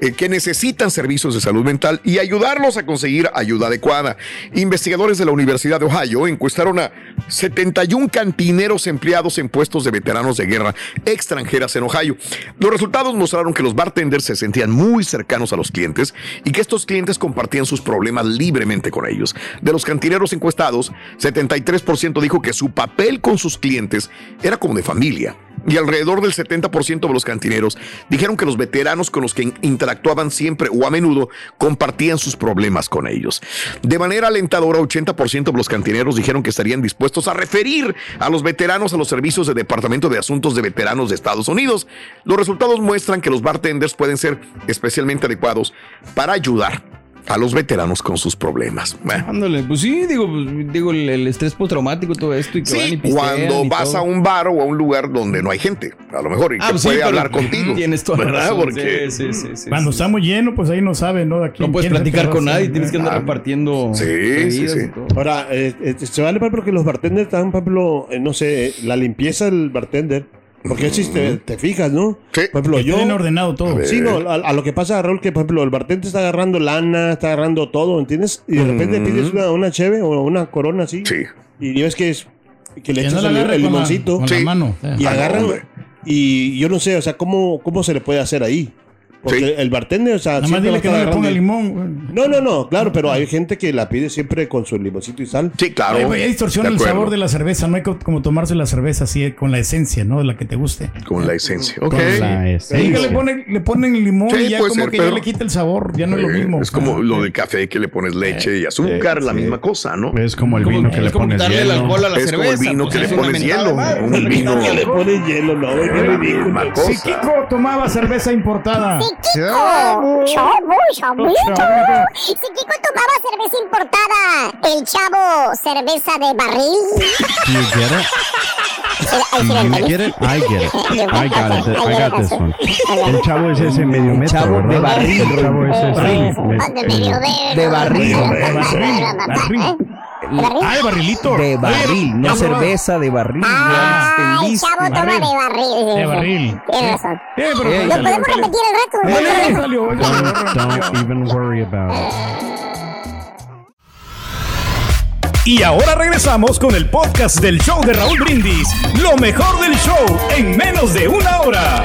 S1: eh, que necesitan servicios de salud mental y ayudarlos a conseguir ayuda adecuada. Investigadores de la Universidad de Ohio encuestaron a 71 cantineros empleados en puestos de veteranos de guerra extranjeras en Ohio. Los resultados mostraron que los bartenders se sentían muy cercanos a los clientes y que estos clientes compartían sus problemas libremente con ellos. De los cantineros encuestados, 73% 20% dijo que su papel con sus clientes era como de familia. Y alrededor del 70% de los cantineros dijeron que los veteranos con los que interactuaban siempre o a menudo compartían sus problemas con ellos. De manera alentadora, 80% de los cantineros dijeron que estarían dispuestos a referir a los veteranos a los servicios del Departamento de Asuntos de Veteranos de Estados Unidos. Los resultados muestran que los bartenders pueden ser especialmente adecuados para ayudar a los veteranos con sus problemas. Eh.
S6: Ándale, pues sí, digo, pues, digo el, el estrés postraumático, todo esto. Y que van y
S1: Sí,
S6: pistean
S1: cuando
S6: y
S1: vas
S6: todo.
S1: a un bar o a un lugar donde no hay gente, a lo mejor, y
S6: Ah,
S1: que
S6: pues sí,
S1: puede
S6: pero-
S1: hablar contigo.
S6: Tienes toda la
S1: ¿verdad?
S6: razón,
S1: Porque
S6: sí, sí, sí, sí,
S3: Cuando
S6: sí.
S3: estamos llenos, pues ahí no sabe, ¿no? De quién-
S6: No puedes
S3: quién es el
S6: platicar
S3: perro,
S6: con nadie,
S3: sí,
S6: tienes que andar
S3: Ah,
S6: repartiendo. bebidas y todo.
S2: Ahora, eh, eh, se vale porque los bartenders están, por ejemplo, eh, no sé, eh, la limpieza del bartender. Porque si te, te fijas, ¿no? Por ejemplo,
S3: Que
S2: yo.
S3: estén ordenado todo. A ver.
S2: Sí, no, a, a lo que pasa, Raúl, que por ejemplo, el bartender está agarrando lana, está agarrando todo, ¿entiendes? Y de repente
S1: Ujú.
S2: pides una, una cheve o una corona así.
S1: Sí.
S2: Y ves que es. Que le
S3: Que no
S2: echas
S3: la
S2: el,
S3: agarre
S2: el
S3: con la-
S2: limoncito.
S3: con la Sí. mano.
S2: Y
S3: Ah, no,
S2: agarran.
S3: hombre.
S2: y yo no sé, o sea, ¿cómo, cómo se le puede hacer ahí? Porque el bartender, o
S3: Nada
S2: sea,
S3: más
S2: siempre va
S3: dile
S2: a
S3: que
S2: estar
S3: no le ponga
S2: agarrando-
S3: limón. güey.
S2: no, no, no, claro, pero hay gente que la pide siempre con su limoncito y sal.
S1: Sí,
S3: Oye, güey, ahí distorsiona el sabor de la cerveza. No hay co- como tomarse la cerveza así eh, con la esencia, ¿no? De la que te guste.
S1: Con la esencia. Ok.
S3: Con la Ahí que le ponen, le ponen limón
S1: Sí,
S3: y ya
S1: puede
S3: como
S1: ser,
S3: que
S1: pero-
S3: ya le quita el sabor. Ya no es lo
S1: Eh,
S3: mismo. Ah,
S1: Es como lo del café que le pones leche y azúcar, la misma cosa, ¿no?
S8: Es como el vino que le pones hielo.
S1: Es como el vino
S6: pues
S1: que le pones hielo. Un vino.
S2: Que le ponen hielo, no, güey, qué ridículo.
S1: misma cosa.
S3: Si Kiko tomaba cerveza importada.
S4: Chavo, chavito. Si Kiko tomaba cerveza importada, el chavo cerveza de barril.
S8: You get it? You get it? I get it. I got it. I got this one. El chavo es ese medio metro,
S4: Chavo de
S8: ¿verdad?
S4: barril.
S8: El chavo es ese.
S4: Eh, pues, oh, De barril.
S3: Ah, de barrilito.
S11: De
S3: Oye,
S11: barril,
S3: ¿ya
S11: no
S3: probaba?
S11: cerveza de barril.
S4: Ah,
S11: ya
S4: Ay,
S11: entendiste.
S4: chavo, toma de barril.
S11: De barril.
S4: Tienes razón.
S11: Eh, pero-
S4: Lo podemos repetir
S8: eh,
S4: el rato.
S8: Don't, don't even worry about it.
S5: Y ahora regresamos con el podcast del show de Raúl Brindis. Lo mejor del show en menos de una hora.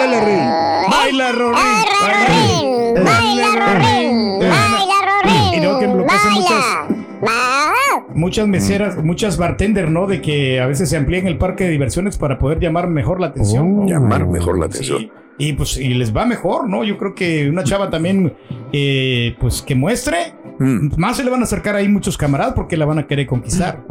S2: Báilale, Rin.
S5: Baila,
S4: Rorín. Baila, Rorín. Baila, Rorín.
S3: Y luego que en bloqueo son muchas, muchas meseras, muchas bartender, ¿no? De que a veces se amplían el parque de diversiones para poder llamar mejor la atención. ¿no?
S1: Llamar mejor la atención.
S3: Y pues y les va mejor, ¿no? Yo creo que una chava también, eh, pues que muestre,
S1: Mm,
S3: más se le van a acercar ahí muchos camaradas porque la van a querer conquistar.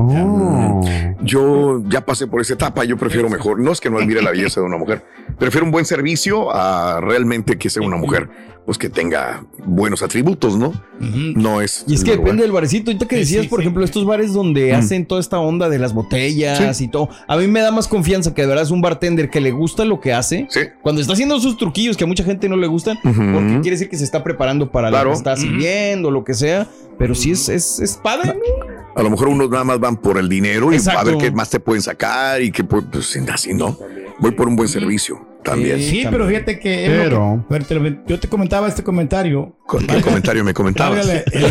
S1: mm. Yo ya pasé por esa etapa, yo prefiero mejor, no es que no admire la belleza de una mujer, prefiero un buen servicio a realmente que sea una mujer, pues que tenga buenos atributos, ¿no? No es...
S6: Y es que
S1: el lugar.
S6: depende del barecito. Ahorita que decías, por ejemplo, estos bares donde hacen toda esta onda de las botellas y todo. A mí me da más confianza que de verdad es un bartender que le gusta lo que hace. Cuando está haciendo sus truquillos que a mucha gente no le gustan, porque quiere decir que se está preparando para lo
S1: Claro.
S6: que está sirviendo, lo que sea. Pero sí es, es, es padre, ¿no?
S1: A lo mejor unos nada más van por el dinero y
S6: Exacto.
S1: a ver qué más te pueden sacar y que pues así, ¿no? Voy por un buen servicio también.
S3: Sí, pero fíjate que. es Eh, lo
S1: Pero-
S3: que- a ver, te lo- yo te comentaba este comentario.
S1: ¿Con qué comentario me comentabas?
S3: Válgale el-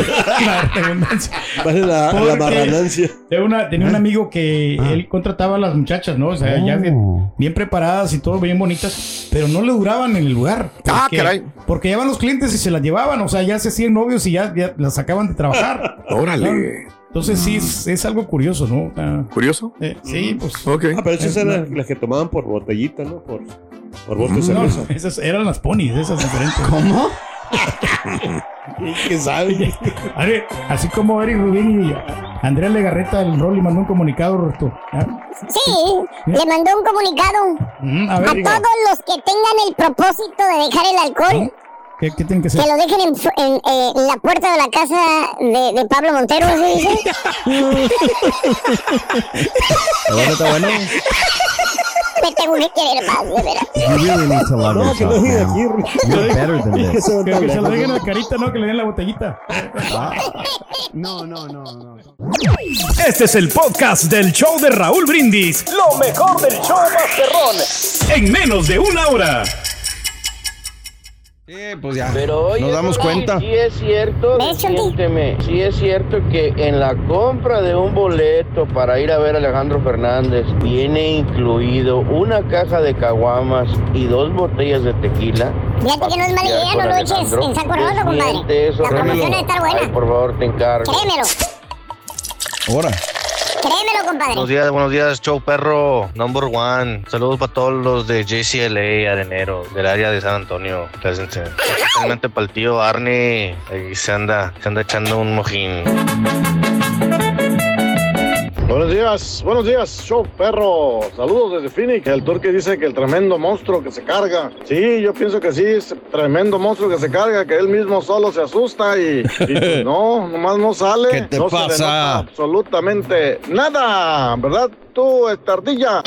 S3: la redundancia.
S2: la
S3: Porque
S2: marranancia.
S3: tenía una- tenía un amigo que él contrataba a las muchachas, ¿no? O sea, Eh,
S8: oh,
S3: ya bien, bien preparadas y todo, bien bonitas, pero no le duraban en el lugar.
S1: Ah, caray.
S3: Porque llevan los clientes y se las llevaban, o sea, ya se hacían novios y ya, ya las sacaban de trabajar.
S1: Órale.
S6: Ah.
S3: Entonces sí, es, es algo curioso, ¿no? Ah,
S1: ¿Curioso?
S3: eh, sí,
S1: Mm.
S3: pues.
S2: Ah, pero esas
S3: Eh,
S2: eran
S3: no.
S2: las- las que tomaban por botellita, ¿no? Por, por bote de
S3: No,
S2: cerveza.
S3: esas eran las ponis, esas diferentes. ¿Cómo?
S2: ¿Qué sabe?
S3: así como Eric Rubín y Andrea Legarreta del rol y mandó un comunicado, Roberto. ¿ah?
S4: Sí, le mandó un comunicado
S3: Mm,
S4: a
S3: a ver, diga,
S4: todos los que tengan el propósito de dejar el alcohol.
S3: ¿qué, qué tienen que
S4: Que
S3: hacer?
S4: lo dejen en, su- en, eh, en la puerta de la casa de, de Pablo Montero, ¿sí dice?
S11: Está bueno, está bueno.
S4: Me tengo que querer más, de veras.
S11: You really need to love
S4: No, que
S11: yourself,
S4: no diga
S11: man.
S4: aquí.
S11: You're better than
S3: Que,
S11: this.
S3: que se lo dejen a la carita, no, que le den la botellita.
S8: No, no, no, no.
S5: Este es el podcast del show de Raúl Brindis. Lo mejor del show Masterrón. En menos de una hora.
S6: pues ya.
S12: Pero oye,
S6: nos damos cuenta.
S12: Sí es cierto, siénteme, sí es cierto que en la compra de un boleto para ir a ver a Alejandro Fernández viene incluido una caja de caguamas y dos botellas de tequila.
S13: Fíjate que no es mala idea, no lo eches en saco roto, compadre. La promoción debe estar buena.
S12: por favor, te encargo.
S13: Créemelo,
S6: Ahora.
S13: créemelo,
S14: Buenos
S13: compadre.
S14: días, buenos días, show perro number one. Saludos para todos los de JCLA Arenero, del área de San Antonio. Plácense. Especialmente para el tío Arnie, ahí se anda, se anda echando un mojín.
S15: Buenos días, buenos días, show perro. Saludos desde Phoenix. El turque dice que el tremendo monstruo que se carga. Sí, yo pienso que sí, es tremendo monstruo que se carga, que él mismo solo se asusta y, y, pues, no, nomás no sale.
S16: ¿Qué te
S15: no se le
S16: pasa?
S15: nota absolutamente nada, ¿verdad? Tú, este, estardilla.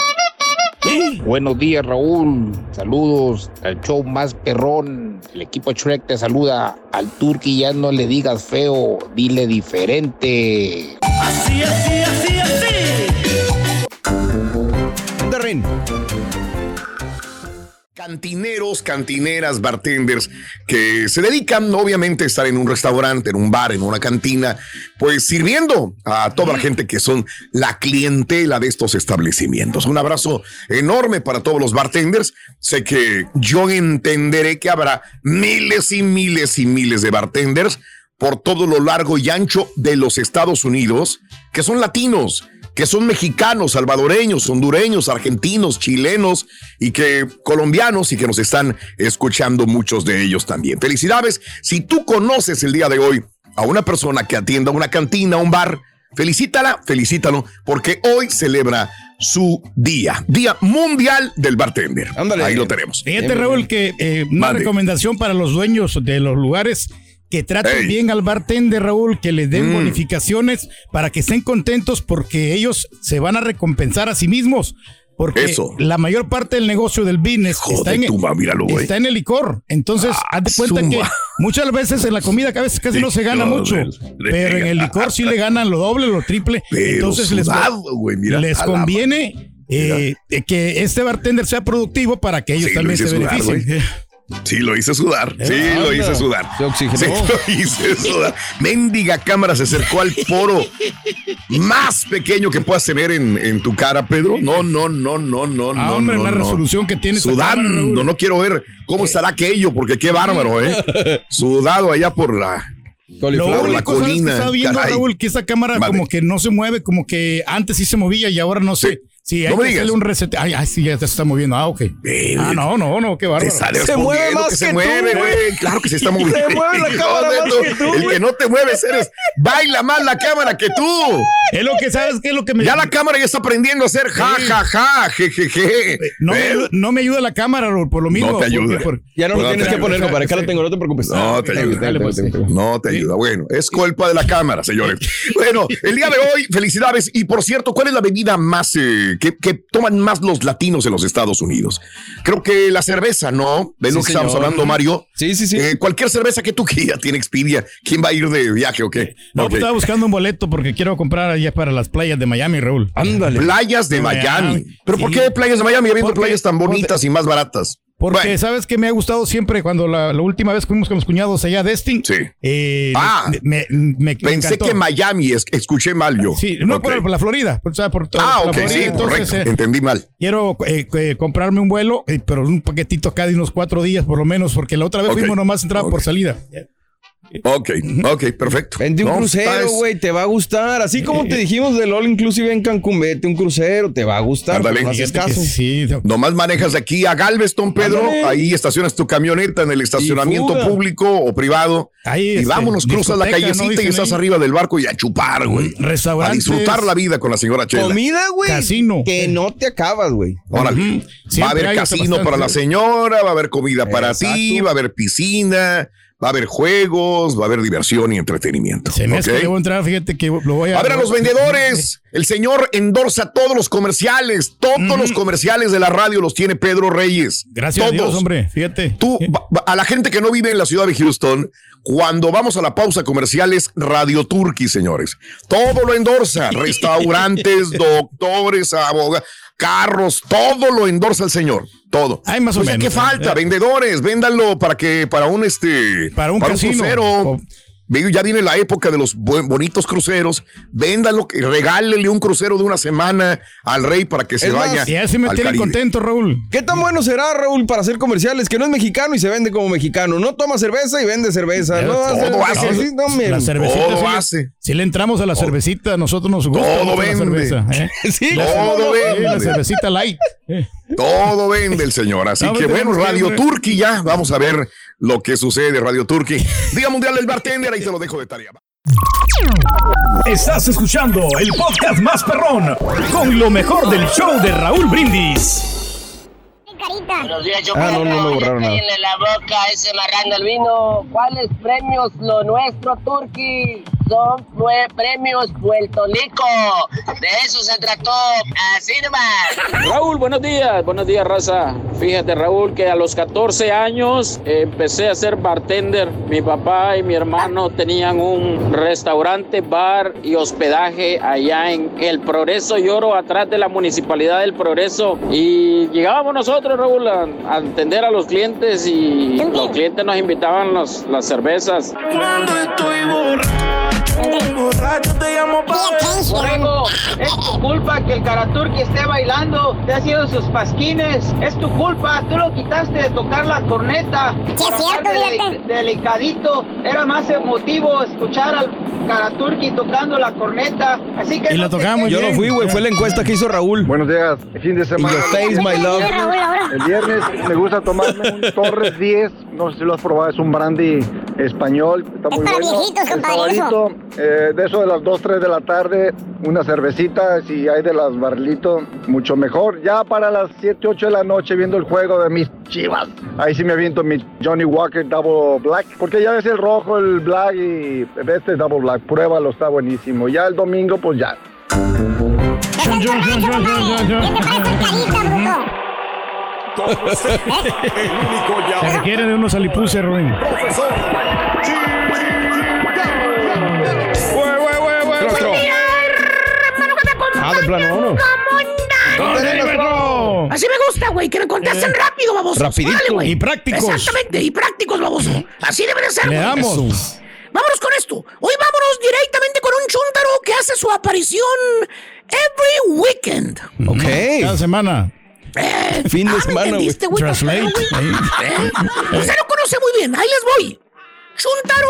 S16: Buenos días, Raúl. Saludos al show más perrón. El equipo Shrek te saluda. Al Turqui ya no le digas feo, dile diferente.
S4: Así, así, así,
S1: Terrín. Cantineros, cantineras, bartenders que se dedican obviamente a estar en un restaurante, en un bar, en una cantina, pues sirviendo a toda la gente que son la clientela de estos establecimientos. Un abrazo enorme para todos los bartenders. Sé que yo entenderé que habrá miles y miles y miles de bartenders por todo lo largo y ancho de los Estados Unidos, que son latinos, que son mexicanos, salvadoreños, hondureños, argentinos, chilenos y que colombianos y que nos están escuchando muchos de ellos también. Felicidades. Si tú conoces el día de hoy a una persona que atienda una cantina, un bar, felicítala, felicítalo, porque hoy celebra su día, Día Mundial del Bartender. Ahí lo tenemos.
S3: Fíjate, Raúl, que eh, una
S1: Mande.
S3: recomendación para los dueños de los lugares que traten bien al bartender, Raúl, que les
S1: Mm.
S3: den bonificaciones para que estén contentos porque ellos se van a recompensar a sí mismos. Porque
S1: Eso.
S3: la mayor parte del negocio del business está, en, e,
S1: tu ma- míralo, güey. Ah,
S3: está en el licor. Entonces, haz de cuenta
S1: su
S3: que
S1: ma-
S3: muchas veces en la comida que a veces casi no se gana
S1: Hijo
S3: mucho,
S1: del-
S3: pero en el licor sí le ganan lo doble, lo triple.
S1: Pero
S3: Entonces les,
S1: sudado, güey, mira,
S3: les
S1: a la-
S3: conviene eh, eh, que este bartender sea productivo para que ellos
S1: Sí, lo
S3: también se
S1: hice sudar,
S3: beneficien.
S1: güey. Sí, lo hice sudar. Sí,
S3: Anda.
S1: lo hice sudar.
S6: Se oxigenó.
S1: Sí, lo hice sudar. Mendiga cámara se acercó al poro más pequeño que puedas tener en, en tu cara, Pedro. No, no, no, no, no,
S3: Ah,
S1: no.
S3: hombre,
S1: no,
S3: la
S1: no.
S3: resolución que tiene esta cámara,
S1: Sudando,
S3: Raúl.
S1: no quiero ver cómo estará aquello, porque qué bárbaro, ¿eh? Sudado allá por la,
S3: Lo
S1: por la
S3: único ¿sabes qué
S1: colina.
S3: estaba viendo,
S1: caray.
S3: Raúl, que esa cámara
S1: Vale.
S3: como que no se mueve, como que antes sí se movía y ahora no sé. Sí, hay
S1: No me
S3: que
S1: digas. Eh,
S3: hacerle un reset. Ay, ay, sí, ya se está moviendo. Ah, ok. Ah, no, no, no, qué bárbaro.
S1: sale respondiendo que se mueve, güey. Claro que se está
S3: Se
S1: moviendo.
S3: mueve la
S1: Hijo
S3: cámara
S1: de
S3: más
S1: tu-
S3: que tú,
S1: El que
S3: güey.
S1: no te mueves eres. Baila más la cámara que tú.
S3: Es lo que sabes que es lo que me.
S1: Ya la cámara ya está aprendiendo a hacer ja,
S3: Sí.
S1: ja, ja, je, je, je.
S3: No me,
S1: Eh,
S3: ayuda, no me ayuda la cámara, Raúl, por lo mismo.
S1: No te ayuda.
S6: Ya no lo tienes
S1: te
S6: que poner,
S1: ayuda.
S6: compadre, acá lo tengo, no te preocupes.
S1: No te
S6: Dale,
S1: ayuda.
S6: dale, pues, sí.
S1: No te ayuda. Bueno, es culpa de la cámara, señores. Bueno, el día de hoy, felicidades. Y por cierto, ¿cuál es la bebida más eh, que, que toman más los latinos en los Estados Unidos? Creo que la cerveza, ¿no? ¿Ves
S6: Sí,
S1: lo que estamos
S6: señor.
S1: hablando, Mario?
S6: Sí, sí, sí.
S1: Eh, cualquier cerveza que tú quieras tiene Expedia. ¿Quién va a ir de viaje o qué?
S3: No,
S1: Ok.
S3: pues, estaba buscando un boleto porque quiero comprar allá para las playas de Miami, Raúl.
S6: Ándale.
S1: Playas de Miami. ¿Pero por qué playas de Miami habiendo playas tan bonitas y más baratas?
S3: Porque sabes que me ha gustado siempre cuando la, la última vez que fuimos con los cuñados allá de Sting. eh,
S1: Ah.
S3: me, me- me
S1: Pensé
S3: encantó.
S1: que Miami, es- escuché mal yo.
S3: Sí, no
S1: Ok.
S3: por, por la Florida. por- o sea, por todo-
S1: Ah,
S3: por
S1: ok,
S3: la Florida,
S1: sí,
S3: entonces,
S1: correcto.
S3: eh,
S1: Entendí mal.
S3: Quiero eh, eh, comprarme un vuelo, eh, pero un paquetito acá de unos cuatro días por lo menos, porque la otra vez
S1: Ok,
S3: fuimos nomás entrada por salida.
S1: Ok, ok, perfecto.
S6: Vende un
S1: No, está
S6: crucero,
S1: es-
S6: güey, te va a gustar. Así como te dijimos del All Inclusive en Cancún, vete un crucero, te va a gustar.
S1: Ándale.
S6: pero no haces caso.
S1: Nomás manejas de aquí a Galveston, Pedro.
S6: Ándale.
S1: Ahí estacionas tu camioneta en el estacionamiento
S6: fuga.
S1: público o privado.
S3: Ahí,
S1: y
S3: este,
S1: vámonos, cruzas la
S3: discoteca, ¿no?
S1: callecita y
S3: Dicen
S1: estás
S3: ahí.
S1: arriba del barco y a chupar, güey. A
S3: Restaurantes.
S1: disfrutar la vida con la señora Chela.
S6: Comida, güey.
S3: Casino.
S6: Que no te acabas, güey.
S1: Órale. Va a
S6: Siempre
S1: haber
S6: hay
S1: casino
S6: bastante.
S1: para la señora, va a haber comida para ti, va a haber piscina, va a haber juegos, va a haber diversión y entretenimiento.
S3: Se me hace
S1: ¿ok?
S3: que debo entrar, fíjate que lo voy a.
S1: A ver a los vendedores. El señor endorsa todos los comerciales. Todos los comerciales de la radio los tiene Pedro Reyes.
S3: Gracias a
S1: todos.
S3: Dios, hombre. Fíjate. Eh,
S1: Tú, va- va- a la gente que no vive en la ciudad de Houston, cuando vamos a la pausa comercial es Radio Turkey, señores. Todo lo endorsa. Restaurantes, doctores, abogados, carros, todo lo endorsa el señor. Todo.
S3: Ay, más o
S1: Pues, ¿a
S3: menos,
S1: ¿Qué
S3: eh?
S1: falta?
S3: Eh.
S1: Vendedores, véndanlo para que, para un este.
S3: Para un casino.
S1: crucero.
S3: O-
S1: Ve, Ya viene la época de los bu- bonitos cruceros. Véndalo, que- regálele un crucero de una semana al rey para que se
S6: Es más,
S1: vaya.
S6: ya se me
S1: al
S6: tiene
S1: Caribe.
S3: contento, Raúl.
S6: ¿Qué tan bueno será, Raúl, para hacer comerciales? Que no es mexicano y se vende como mexicano. No toma cerveza y vende cerveza. No hace-
S3: Todo hace.
S6: Ah, Sí, no, hombre.
S3: La cervecita sí le- Si le entramos a la cervecita, a nosotros nos gusta
S1: Todo
S3: mucho la
S1: vende.
S3: cerveza. ¿eh?
S1: Sí,
S3: La-
S1: todo
S3: sí, La
S1: vende.
S3: cervecita light.
S1: Todo vende el señor. Así
S3: Vamos,
S1: que bueno,
S3: tenemos que
S1: Radio
S3: irme.
S1: Turqui ya. Vamos a ver lo que sucede, Radio Turqui. Día Mundial del Bartender, ahí te lo dejo de tarea.
S5: Estás escuchando el podcast más perrón con lo mejor del show de Raúl Brindis.
S17: Buenos
S10: días, yo
S5: Ah, no, no me borraron nada.
S10: Cállenle la boca a ese marrano el vino. ¿Cuáles premios lo nuestro, Turqui? Son fue premios Puerto Rico. De eso se trató. Así nomás.
S18: Raúl, buenos días, buenos días raza. Fíjate Raúl que a los 14 años eh, empecé a ser bartender. Mi papá y mi hermano tenían un restaurante, bar y hospedaje allá en El Progreso Lloro, atrás de la Municipalidad del Progreso. Y llegábamos nosotros, Raúl, a, a atender a los clientes y los clientes nos invitaban los- las cervezas.
S19: Cuando estoy borracho, borracho te llamo
S10: Borrego, es tu culpa que el Karaturki esté bailando, te ha sido sus pasquines, es tu culpa, tú lo quitaste de tocar la corneta.
S17: cierto,
S10: Deli- Delicadito, era más emotivo escuchar al Karaturki tocando la corneta, así que... no te
S6: Yo no fui, güey. Fue la encuesta que hizo Raúl. Buenos días. fin de semana. face, my love.
S20: El viernes me gusta tomarme un Torres 10. No sé si lo has probado, es un brandy español. Está muy bueno. El sabadito, eh, de eso de las 2, 3 de la tarde, una cervecita. Si hay de las barlito, mucho mejor. Ya para las 7, 8 de la noche, viendo el juego de mis chivas. Ahí sí me aviento mi Johnny Walker Double Black. Porque ya ves el rojo, el black y este Double Black. Pruébalo, está buenísimo. Ya el domingo, pues ya.
S3: Se requiere de unos alipuses, Rubén.
S6: Ah, de plano, vámonos.
S19: Así me gusta, güey, que me contesten rápido, baboso.
S6: Eh, Rapidito.
S19: güey.
S6: Y prácticos.
S19: Exactamente, y prácticos, baboso. Así debe de ser,
S6: Le
S19: güey.
S6: damos.
S19: Eso. Vámonos con esto. Hoy vámonos directamente con un chuntaro que hace su aparición every weekend.
S3: Ok. Cada semana.
S6: Fin de semana, güey.
S19: Ah, ¿Entendiste, güey? ¿Eh? Usted lo conoce muy bien. Ahí les voy. Chuntaro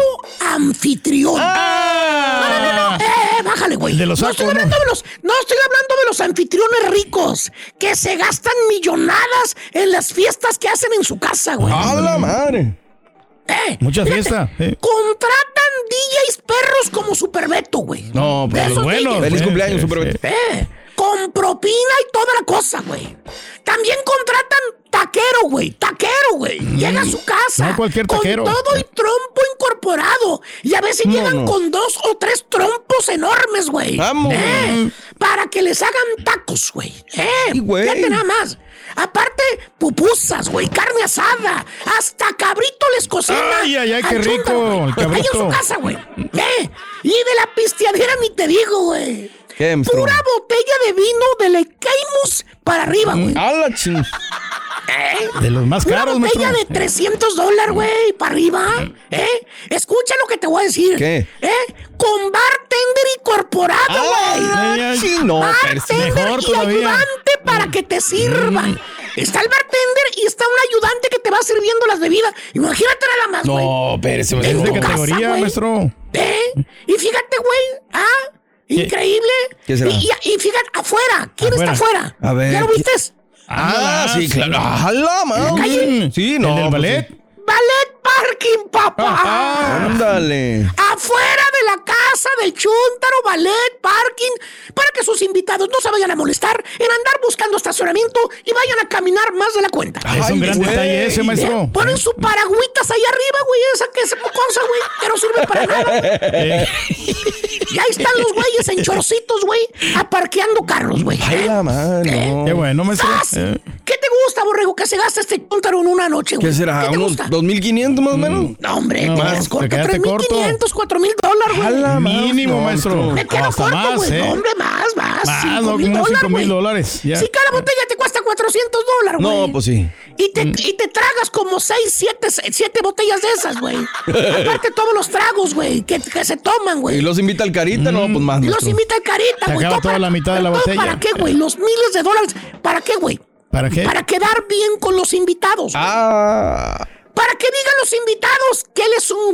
S19: anfitrión. No, no, no, no. Eh, eh, bájale, güey.
S3: Ah. El de los
S19: no,
S3: sacos,
S19: estoy hablando de los, no estoy hablando de los anfitriones ricos que se gastan millonadas en las fiestas que hacen en su casa,
S3: Ah.
S19: güey.
S6: ¡Habla, madre!
S19: Eh,
S3: Mucha
S19: fíjate,
S3: fiesta, eh.
S19: Contratan DJs perros como Superbeto, güey.
S3: No, pues
S19: De
S3: pero
S19: esos
S3: bueno.
S19: DJs.
S6: Feliz cumpleaños,
S3: Superbeto.
S19: Eh, con propina y toda la cosa, güey. También contratan taquero, güey. Taquero, güey. Llega a su casa.
S3: Mm. No cualquier taquero.
S19: Con todo y trompo incorporado. Y a veces
S3: No,
S19: llegan
S3: no.
S19: con dos o tres trompos enormes, güey.
S6: Vamos,
S19: Eh, Para que les hagan tacos, güey. Eh, fíjate nada más. Aparte, pupusas, güey, carne asada, hasta cabrito les cocina.
S3: Ay, ay, ay, qué
S19: al chúntaro,
S3: rico,
S19: güey.
S3: el cabrito.
S19: Ahí en su casa, güey. Eh, Y de la pisteadera ni te digo, güey.
S6: ¿Qué, monstruo?
S19: Pura botella de vino de le caímos para arriba,
S6: Mm.
S19: güey.
S6: ¡Hala, ching!
S19: ¿Eh?
S3: De los más
S19: Una
S3: caros,
S19: botella de
S3: maestro.
S19: 300 dólares, güey, para
S6: Mm.
S19: arriba. ¿Eh? Escucha lo que te voy a decir.
S3: ¿Qué?
S19: ¿Eh? Con bartender incorporado,
S6: Ah,
S19: güey.
S6: sí, Mm. no, pero sí,
S19: bartender
S6: mejor
S19: y
S6: todavía.
S19: ayudante para que te sirvan.
S6: Mm.
S19: Está el bartender y está un ayudante que te va sirviendo las bebidas. Imagínate nada más, güey.
S6: Pues No, pero se
S3: Es de
S19: tu casa,
S3: categoría,
S19: güey.
S3: maestro.
S19: ¿Eh? Y fíjate, güey. Ah, increíble.
S3: ¿Qué será?
S19: Y, y- y fíjate, afuera. ¿Quién está
S3: Afuera.
S19: afuera?
S3: A ver,
S19: ¿Ya lo
S3: ¿qui-
S19: viste?
S6: Ah,
S3: Ah,
S6: sí,
S3: sí.
S6: claro. ¡Hala,
S19: ¿En la
S6: madre!
S19: calle?
S6: Sí, no.
S3: ¿El del
S6: pues
S3: ballet?
S6: sí.
S19: Ballet Parking, papá.
S6: Ándale.
S19: Afuera de la casa del Chuntaro Ballet Parking para que sus invitados no se vayan a molestar en andar buscando estacionamiento y vayan a caminar más de la cuenta.
S3: Es un gran detalle ese, maestro.
S19: Ponen sus paragüitas ahí arriba, güey, esa que esa cosa, güey, que no sirve para nada.
S3: Eh.
S19: Y ahí están los güeyes en chorcitos, güey, aparqueando carros, güey.
S6: ¡Ay, la madre! no. Eh.
S3: Qué bueno, maestro. eh,
S19: ¡Sas! Ah, ¿Qué te gusta, borrego, que se gasta este Chuntaro en una noche, güey?
S6: ¿Qué será?
S19: te
S6: ¿Unos
S19: gusta?
S6: 2.500 más o menos?
S19: No, hombre,
S6: No,
S19: más
S6: te
S19: corto,
S6: quedaste
S19: 3.500, 4.000 dólares, güey.
S6: ¡Hala, madre!
S3: Mínimo, maestro.
S19: Me quedo
S3: Hasta
S19: corto,
S3: más,
S19: güey.
S3: ¿eh?
S19: No, hombre, más, más.
S3: Más,
S19: cinco
S3: no,
S19: mil
S3: como
S19: dólares,
S3: cinco mil
S19: güey.
S3: dólares, ya.
S19: Si cada botella te cuesta 400 dólares, güey.
S6: No, pues sí.
S19: Y te, y te tragas como 6, 7, botellas de esas, güey. Aparte, todos los tragos, güey, que, que se toman, güey.
S6: Y los invita al carita, no, pues más.
S19: Los
S6: nuestro.
S19: invita el carita,
S6: Se
S19: güey. todo
S6: acaba toda
S19: para-
S6: la mitad de la
S19: todo
S6: botella.
S19: ¿Para qué, güey? Los miles de dólares. ¿Para qué, güey?
S3: ¿Para qué?
S19: Para quedar bien con los invitados.
S6: Ah.
S19: Para que digan los invitados que él es un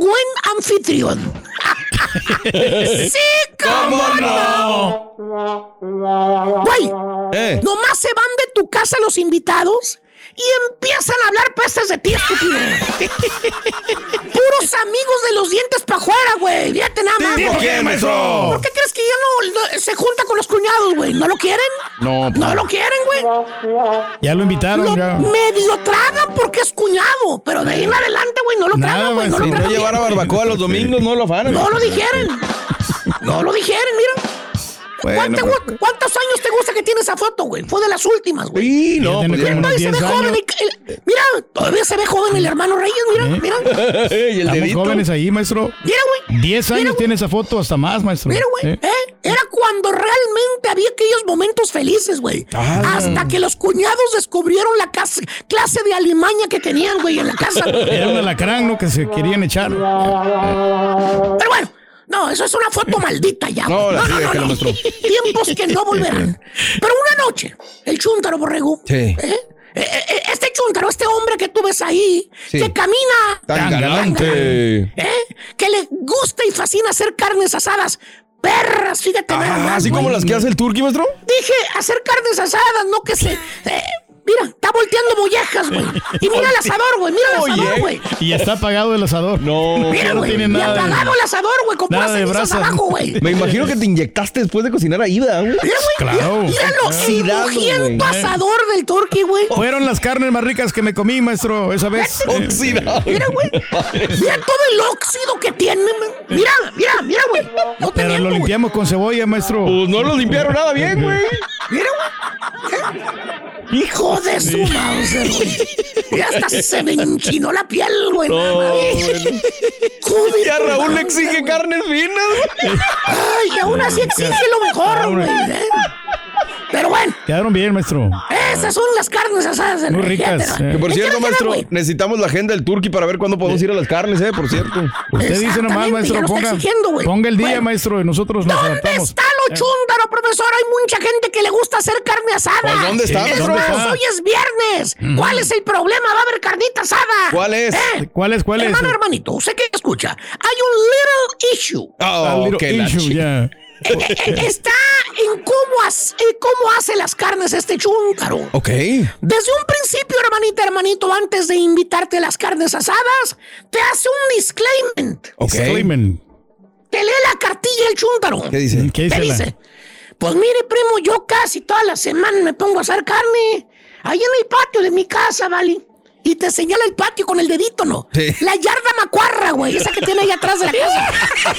S19: buen anfitrión. ¡Sí, cómo no! Güey, nomás se van de tu casa los invitados y empiezan a hablar pestes de ti, estúpido. Puros amigos de los dientes para afuera, güey. Fíjate nada más.
S4: ¿Tipo
S19: güey.
S4: quién, maestro?
S19: ¿Por qué crees que ya no, no- se junta con los cuñados, güey? ¿No lo quieren?
S3: No,
S19: No lo quieren, güey.
S3: Ya lo invitaron, ya.
S19: Medio traga porque es cuñado, pero de ahí en adelante, güey, no lo
S3: Nada,
S19: tragan, güey. No
S6: Si
S19: lo
S6: no
S19: tragan
S6: llevara
S19: bien.
S6: barbacoa los domingos, no lo afanan.
S19: No lo dijeron. No lo dijeron, mira.
S6: Bueno,
S19: ¿Cuánto-
S6: pues.
S19: cu- ¿Cuántos años te gusta que tiene esa foto, güey? Fue de las últimas, güey.
S6: Sí, no, pues ya
S19: Mira,
S6: unos
S19: todavía se ve
S6: 10
S19: joven.
S6: años.
S19: el- el- mira, todavía se ve joven el hermano Reyes, mira, mira.
S3: Estamos jóvenes ahí, maestro.
S19: Mira, güey.
S3: 10 años tiene esa foto, hasta más, maestro.
S19: Mira, güey,
S3: Eh.
S19: ¿eh? Era cuando realmente había aquellos momentos felices, güey.
S3: Ah.
S19: Hasta que los cuñados descubrieron la cas- clase de alimaña que tenían, güey, en la casa.
S3: Era un alacrán, ¿no? Que se querían echar.
S19: Pero bueno, no, eso es una foto maldita ya. güey.
S3: No, la sigue, que la mostró.
S19: Tiempos que no volverán. Pero una noche, el chúntaro borrego.
S6: Sí.
S19: ¿eh? Eh, eh, Este chúntaro, este hombre que tú ves ahí,
S6: Sí.
S19: que camina
S6: Tan galante.
S19: ¿eh? que le gusta y fascina hacer carnes asadas. Perras, fíjate nada
S6: Ah,
S19: más,
S6: así como
S19: güey.
S6: las que hace el turqui, maestro.
S19: Dije, hacer carnes asadas, no que se... eh, mira, está volteando mollejas, güey. Y mira el asador, güey, mira el asador, güey.
S3: Y ya está apagado el asador.
S6: No,
S19: Mira,
S3: no
S19: güey,
S3: tiene
S19: y
S3: nada. de-
S19: apagado el asador, güey, con puras
S3: Nada de
S19: cenizas
S3: brasa.
S19: abajo, güey.
S6: Me imagino que te inyectaste después de cocinar a Ida, güey.
S19: Mira, güey,
S3: Claro.
S19: mira, mira lo
S6: Oxidado,
S19: crujiento
S6: güey.
S19: asador del turqui, güey.
S3: Fueron las carnes más ricas que me comí, maestro, esa vez.
S6: Oxidado.
S19: Mira, güey. Mira todo el óxido que tiene, man. Mira, mira, mira, güey. No te
S3: Pero
S19: miento,
S3: lo
S19: güey.
S3: limpiamos con cebolla, maestro.
S6: Pues no lo limpiaron nada bien, güey.
S19: Mira, güey. Hijo de su Mauser, güey. Y hasta se me enchinó la piel, güey.
S4: No,
S19: Ay, hijo de
S4: Y a
S19: tu
S4: Raúl le
S19: Mauser,
S4: exige
S19: güey.
S4: carnes finas.
S19: Ay, y aún así exige lo mejor, güey. ¿eh? Pero bueno,
S3: Quedaron bien, maestro.
S19: esas son las carnes asadas del rey, fíjate,
S3: eh.
S19: güey.
S6: Que por
S19: ¿En qué
S6: cierto,
S19: me quedé,
S6: maestro,
S19: güey?
S6: necesitamos la agenda del turqui para ver cuándo podemos ir a las carnes, eh, por cierto.
S3: Usted dice nomás,
S19: Exactamente,
S3: maestro,
S19: ya lo está
S3: ponga,
S19: exigiendo, güey.
S3: ponga el día,
S19: Bueno.
S3: maestro, y nosotros nos
S19: ¿Dónde
S3: adaptamos.
S19: está lo chúndaro, profesor? Hay mucha gente que le gusta hacer carne asada.
S3: Pues, ¿dónde está,
S19: Es
S3: maestro?
S19: más,
S3: ¿Dónde está?
S19: hoy es viernes.
S3: Ujú.
S19: ¿Cuál es el problema? Va a haber carnita asada.
S3: ¿Cuál es?
S19: ¿Eh?
S3: ¿Cuál es? ¿Cuál es?
S19: Hermano, hermanito, sé que escucha. Hay un little issue.
S3: A little
S6: que Ah, la
S3: issue, ya.
S19: Eh, eh, eh, está en cómo, hace, cómo hace las carnes este chúncaro.
S6: Ok.
S19: Desde un principio, hermanita, hermanito, antes de invitarte a las carnes asadas, te hace un disclaimer.
S3: Ok.
S19: Te lee la cartilla el chúntaro.
S3: ¿Qué dice? ¿Qué dice
S19: Te
S3: la-
S19: dice, pues mire, primo, yo casi toda la semana me pongo a hacer carne. Ahí en el patio de mi casa, ¿vale? Y te señala el patio con el dedito, ¿no? La yarda macuarra, güey. Esa que tiene ahí atrás de la casa.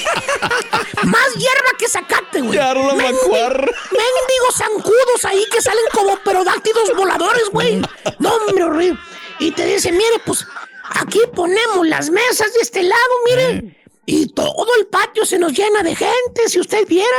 S19: Más hierba que zacate, güey.
S4: Yarda
S19: Mendi-
S4: macuarra.
S19: Mendigos zancudos ahí que salen como perodáctidos voladores, güey. No, hombre, horrible. Y te dice, mire, pues aquí ponemos las mesas de este lado,
S3: Eh.
S19: mire. Y todo el patio se nos llena de gente, si usted viera.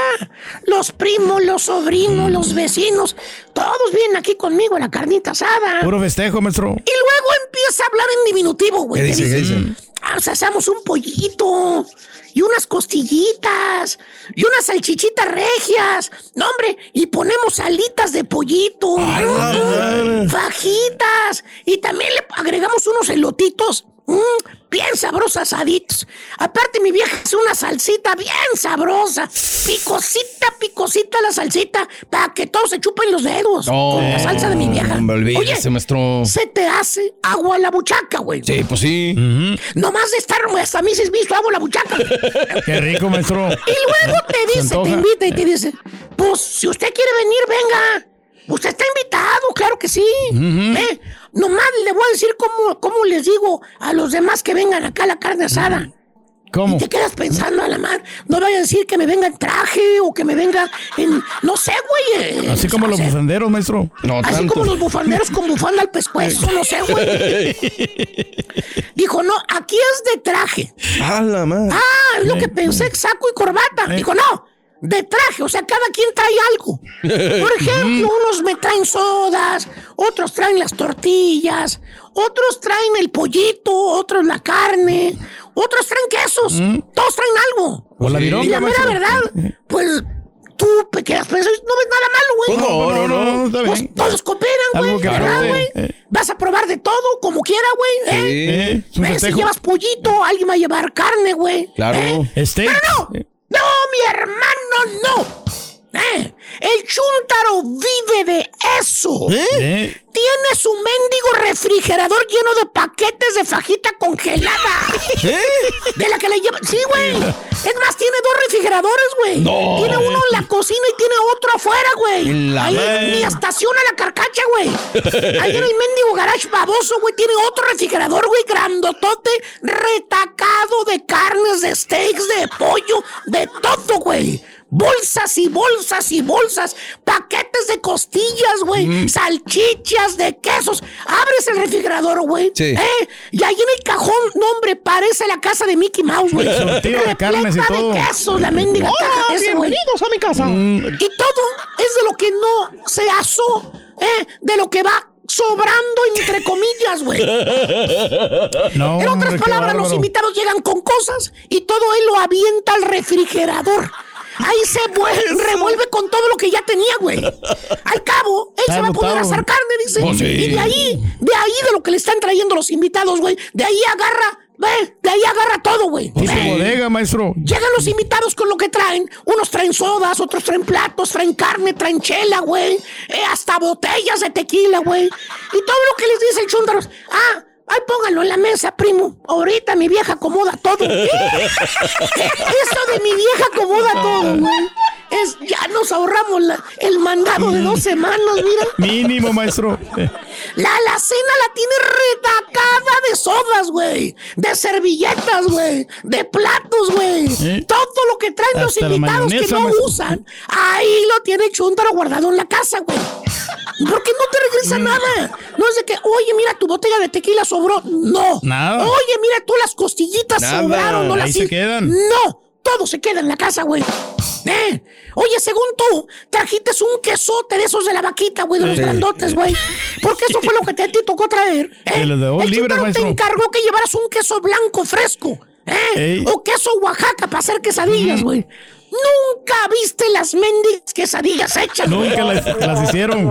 S19: Los primos, los
S3: Mm.
S19: sobrinos, los vecinos, todos vienen aquí conmigo a la carnita asada.
S3: Puro festejo, maestro.
S19: Y luego empieza a hablar en diminutivo, güey.
S3: ¿Qué
S19: Te
S3: dice? ¿Qué dice?
S19: Ah, o sea, hacemos un pollito y unas costillitas y unas salchichitas regias. No, hombre, y ponemos alitas de pollito,
S3: Ah,
S19: mm, fajitas y también le agregamos unos elotitos. mm, Bien sabrosos asaditos. Aparte, mi vieja hace una salsita bien sabrosa. Picosita, picosita la salsita. Para que todos se chupen los dedos. con la salsa de mi vieja.
S6: No me
S19: Oye,
S6: olvides, maestro.
S19: se te hace agua a la buchaca, güey.
S6: Sí, pues sí.
S3: Mm.
S19: Nomás de estar, güey, hasta a mí se me hizo agua la buchaca.
S3: Qué rico, maestro.
S19: Y luego te
S3: Se
S19: dice, te
S3: antoja.
S19: invita y te dice, pues si usted quiere venir, venga. Usted está invitado, claro que sí. ¿Eh? Nomás le voy a decir cómo, cómo les digo a los demás que vengan acá a la carne asada.
S3: ¿Cómo?
S19: Y te quedas pensando a la mar. No vaya a decir que me venga en traje o que me venga en. No sé, güey. eh,
S3: Así como
S19: no
S3: los
S19: sé.
S3: bufanderos, maestro. No,
S19: Así como los bufanderos con bufanda al pescuezo, no sé, güey. Dijo, no, aquí es de traje.
S6: A la madre.
S3: Eh.
S19: Ah, es lo que pensé, saco y corbata. Dijo, no, de traje, o sea, cada quien trae algo. Por ejemplo, unos me traen sodas, otros traen las tortillas, otros traen el pollito, otros la carne, otros traen quesos, todos traen algo.
S3: O la
S19: y
S3: vironga,
S19: la mera
S3: Mm. maestro. eh,
S19: verdad, pues tú te quedas pensando, no ves nada malo,
S3: ¿Cómo?
S19: güey.
S3: No, no, no, está
S19: Pues
S3: bien.
S19: todos cooperan, güey,
S3: Algo que
S19: ¿verdad,
S3: aprende.
S19: güey?
S3: Eh.
S19: Vas a probar de todo, como quiera, güey. ¿eh?
S3: Eh, es un
S19: Ves, si
S3: festejo.
S19: llevas pollito, alguien va a llevar carne, güey. ¿eh?
S3: Claro. Steak. ¿Eh?
S19: No, mi hermano, no. Eh, El chúntaro vive de eso.
S3: Eh.
S19: Tiene su mendigo refrigerador lleno de paquetes de fajita congelada. De la que le lleva. Sí, güey. Es más, tiene dos refrigeradores, güey.
S4: No. eh.
S19: Tiene uno en la cocina y tiene otro afuera, güey.
S4: En la
S19: Ahí
S4: madre.
S19: ni estaciona la carcacha, güey. Ahí en el mendigo garage baboso, güey. Tiene otro refrigerador, güey, grandotote, retacado de carnes, de steaks, de pollo, de todo, güey. Bolsas y bolsas y bolsas, paquetes de costillas, güey, salchichas de quesos. Abres el refrigerador, güey.
S4: Sí.
S19: ¿eh? Y ahí en el cajón, no, hombre, parece la casa de Mickey Mouse, güey.
S3: Sortido de carnes y
S19: Repleta
S3: todo.
S19: de quesos, la mendiga
S4: Hola,
S19: caja esa, güey.
S4: bienvenidos a mi casa.
S19: Mm. Y todo es de lo que no se asó, ¿eh? De lo que va sobrando, entre comillas, güey.
S4: No,
S19: en otras
S4: hombre, qué
S19: palabras, los
S4: bárbaro.
S19: invitados llegan con cosas y todo él lo avienta al refrigerador. Ahí se vuel- revuelve con todo lo que ya tenía, güey. Al cabo, él
S4: Está
S19: se va a poder
S4: agotado.
S19: asar carne, dice.
S4: Oh, sí.
S19: Y de ahí, de ahí de lo que le están trayendo los invitados, güey. De ahí agarra, ve, de ahí agarra todo, güey.
S3: Tipo
S19: Ve.
S3: bodega, maestro.
S19: Llegan los invitados con lo que traen. Unos traen sodas, otros traen platos, traen carne, traen chela, güey. Eh, hasta botellas de tequila, güey. Y todo lo que les dice el chundaros. Ah, ahí póngalo en la mesa, primo. Ahorita mi vieja acomoda todo. Eso de mi vieja acomoda todo, güey. Es, ya nos ahorramos la- el mandado de dos semanas, mira.
S3: Mínimo, maestro.
S19: La alacena la tiene retacada de sodas, güey. De servilletas, güey. De platos, güey. Todo lo que traen los
S4: Hasta la
S19: invitados que
S4: mayonesa,
S19: no
S4: maestro.
S19: usan. Ahí lo tiene Chuntaro guardado en la casa, güey. Porque no te
S3: Mm.
S19: regresa nada. No es de que, oye, mira, tu botella de tequila sobró. No.
S3: Nada.
S19: Oye, mira, tú las costillitas
S3: Nada.
S19: sobraron. No
S3: Ahí
S19: las
S3: se
S19: hi-
S3: quedan.
S19: No. Todo se queda en la casa, güey. ¿Eh? Oye, según tú, trajiste un quesote de esos de la vaquita, güey, de los
S3: Sí.
S19: grandotes, güey. Porque eso fue lo que te, a ti tocó traer. ¿eh?
S3: De los de dos
S19: El
S3: libras,
S19: chúntaro te
S3: maestro.
S19: encargó que llevaras un queso blanco fresco. ¿eh?
S3: Ey.
S19: O queso Oaxaca para hacer quesadillas, güey. Nunca viste las mendigas quesadillas hechas, güey.
S3: Nunca las, las hicieron.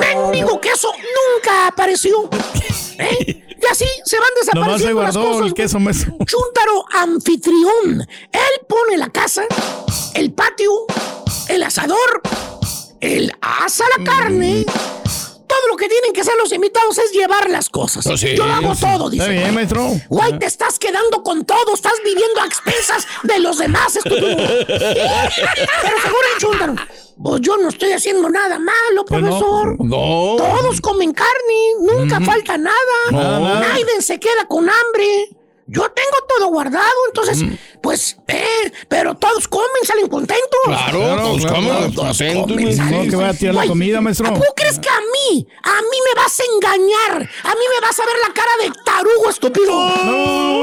S19: Mendigo queso nunca apareció. ¿eh? Y así se van
S3: Nomás se
S19: desapareciendo las
S3: guardó
S19: cosas.
S3: el queso, maestro.
S19: Chúntaro anfitrión. Él pone la casa, el patio, el asador, él asa la
S4: Mm.
S19: carne. Todo lo que tienen que hacer los invitados es llevar las cosas.
S4: Pues sí,
S19: Yo lo hago
S4: sí.
S19: todo, dice.
S4: Está bien, maestro.
S19: Güey, te estás quedando con todo. Estás viviendo a expensas de los demás, estúpido. Pero seguro el chúntaro. Pues yo no estoy haciendo nada malo,
S4: Pues no.
S19: profesor.
S4: No.
S19: Todos comen carne, nunca falta nada.
S4: Nada, nada.
S19: Nadie se queda con hambre. Yo tengo todo guardado, entonces, pues, eh, pero todos comen, salen contentos.
S4: Claro, Claro, todos claro, comen, claro. contentos,
S19: Comen,
S4: güey.
S19: salen
S4: No, que vaya a tirar la
S19: Güey,
S4: comida, maestro.
S19: ¿a poco crees que a mí, a mí me vas a engañar? A mí me vas a ver la cara de tarugo estúpido.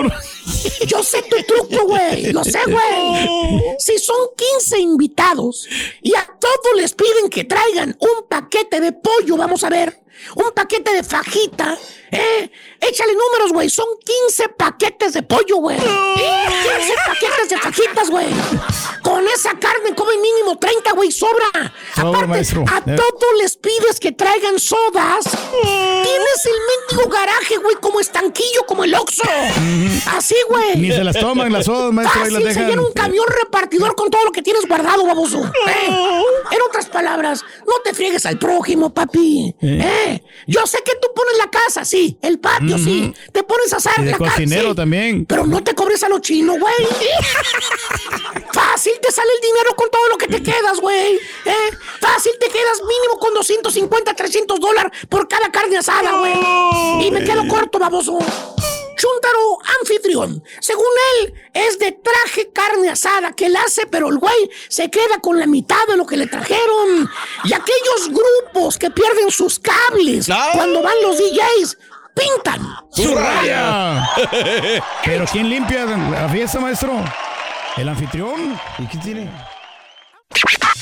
S19: Yo sé tu truco, güey. Lo sé, güey. Si son 15 invitados y a todos les piden que traigan un paquete de pollo, vamos a ver. Un paquete de fajita. ¿eh? Échale números, güey. Son 15 paquetes de pollo, güey. 15 paquetes de fajitas, güey. Con esa carne come mínimo 30, güey. Sobra.
S3: Sobra,
S19: Aparte,
S3: maestro.
S19: a
S3: Eh.
S19: todos les pides que traigan sodas.
S3: Mm.
S19: Tienes el mendigo garaje, güey, como estanquillo, como el Oxxo. Así, güey.
S3: Ni se las toman las sodas, maestro, Mm. ahí las
S19: Fácil, se
S3: dejan. Mm.
S19: llena un camión repartidor con todo lo que tienes guardado, baboso. ¿eh? En otras palabras, no te friegues al prójimo, papi. ¿eh? Yo sé que tú pones la casa, sí. El patio, sí. Te pones a asar
S3: Mm-hmm. Y de
S19: la carne,
S3: cocinero
S19: sí.
S3: también.
S19: Pero no te cobres a lo chino, güey. Fácil te sale el dinero con todo lo que te quedas, güey. ¿Eh? Fácil te quedas mínimo con 250, 300 dólares por cada carne asada, güey. Y me quedo corto, baboso. Chuntaro anfitrión. Según él, es de traje carne asada que él hace, pero el güey se queda con la mitad de lo que le trajeron. Y aquellos grupos que pierden sus cables cuando van los DJs, pintan
S3: ¡Su raya! Pero ¿quién limpia la fiesta, maestro? El anfitrión.
S6: ¿Y qué tiene?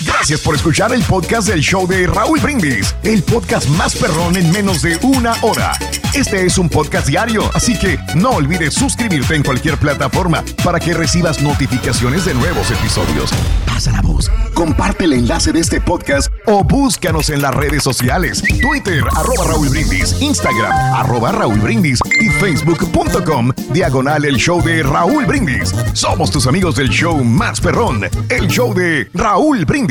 S1: Gracias por escuchar el podcast del show de Raúl Brindis, el podcast más perrón en menos de una hora. Este es un podcast diario, así que no olvides suscribirte en cualquier plataforma para que recibas notificaciones de nuevos episodios. Pasa la voz, comparte el enlace de este podcast o búscanos en las redes sociales, Twitter, arroba Raúl Brindis, Instagram, arroba Raúl Brindis y Facebook.com, diagonal el show de Raúl Brindis. Somos tus amigos del show más perrón, el show de Raúl Brindis.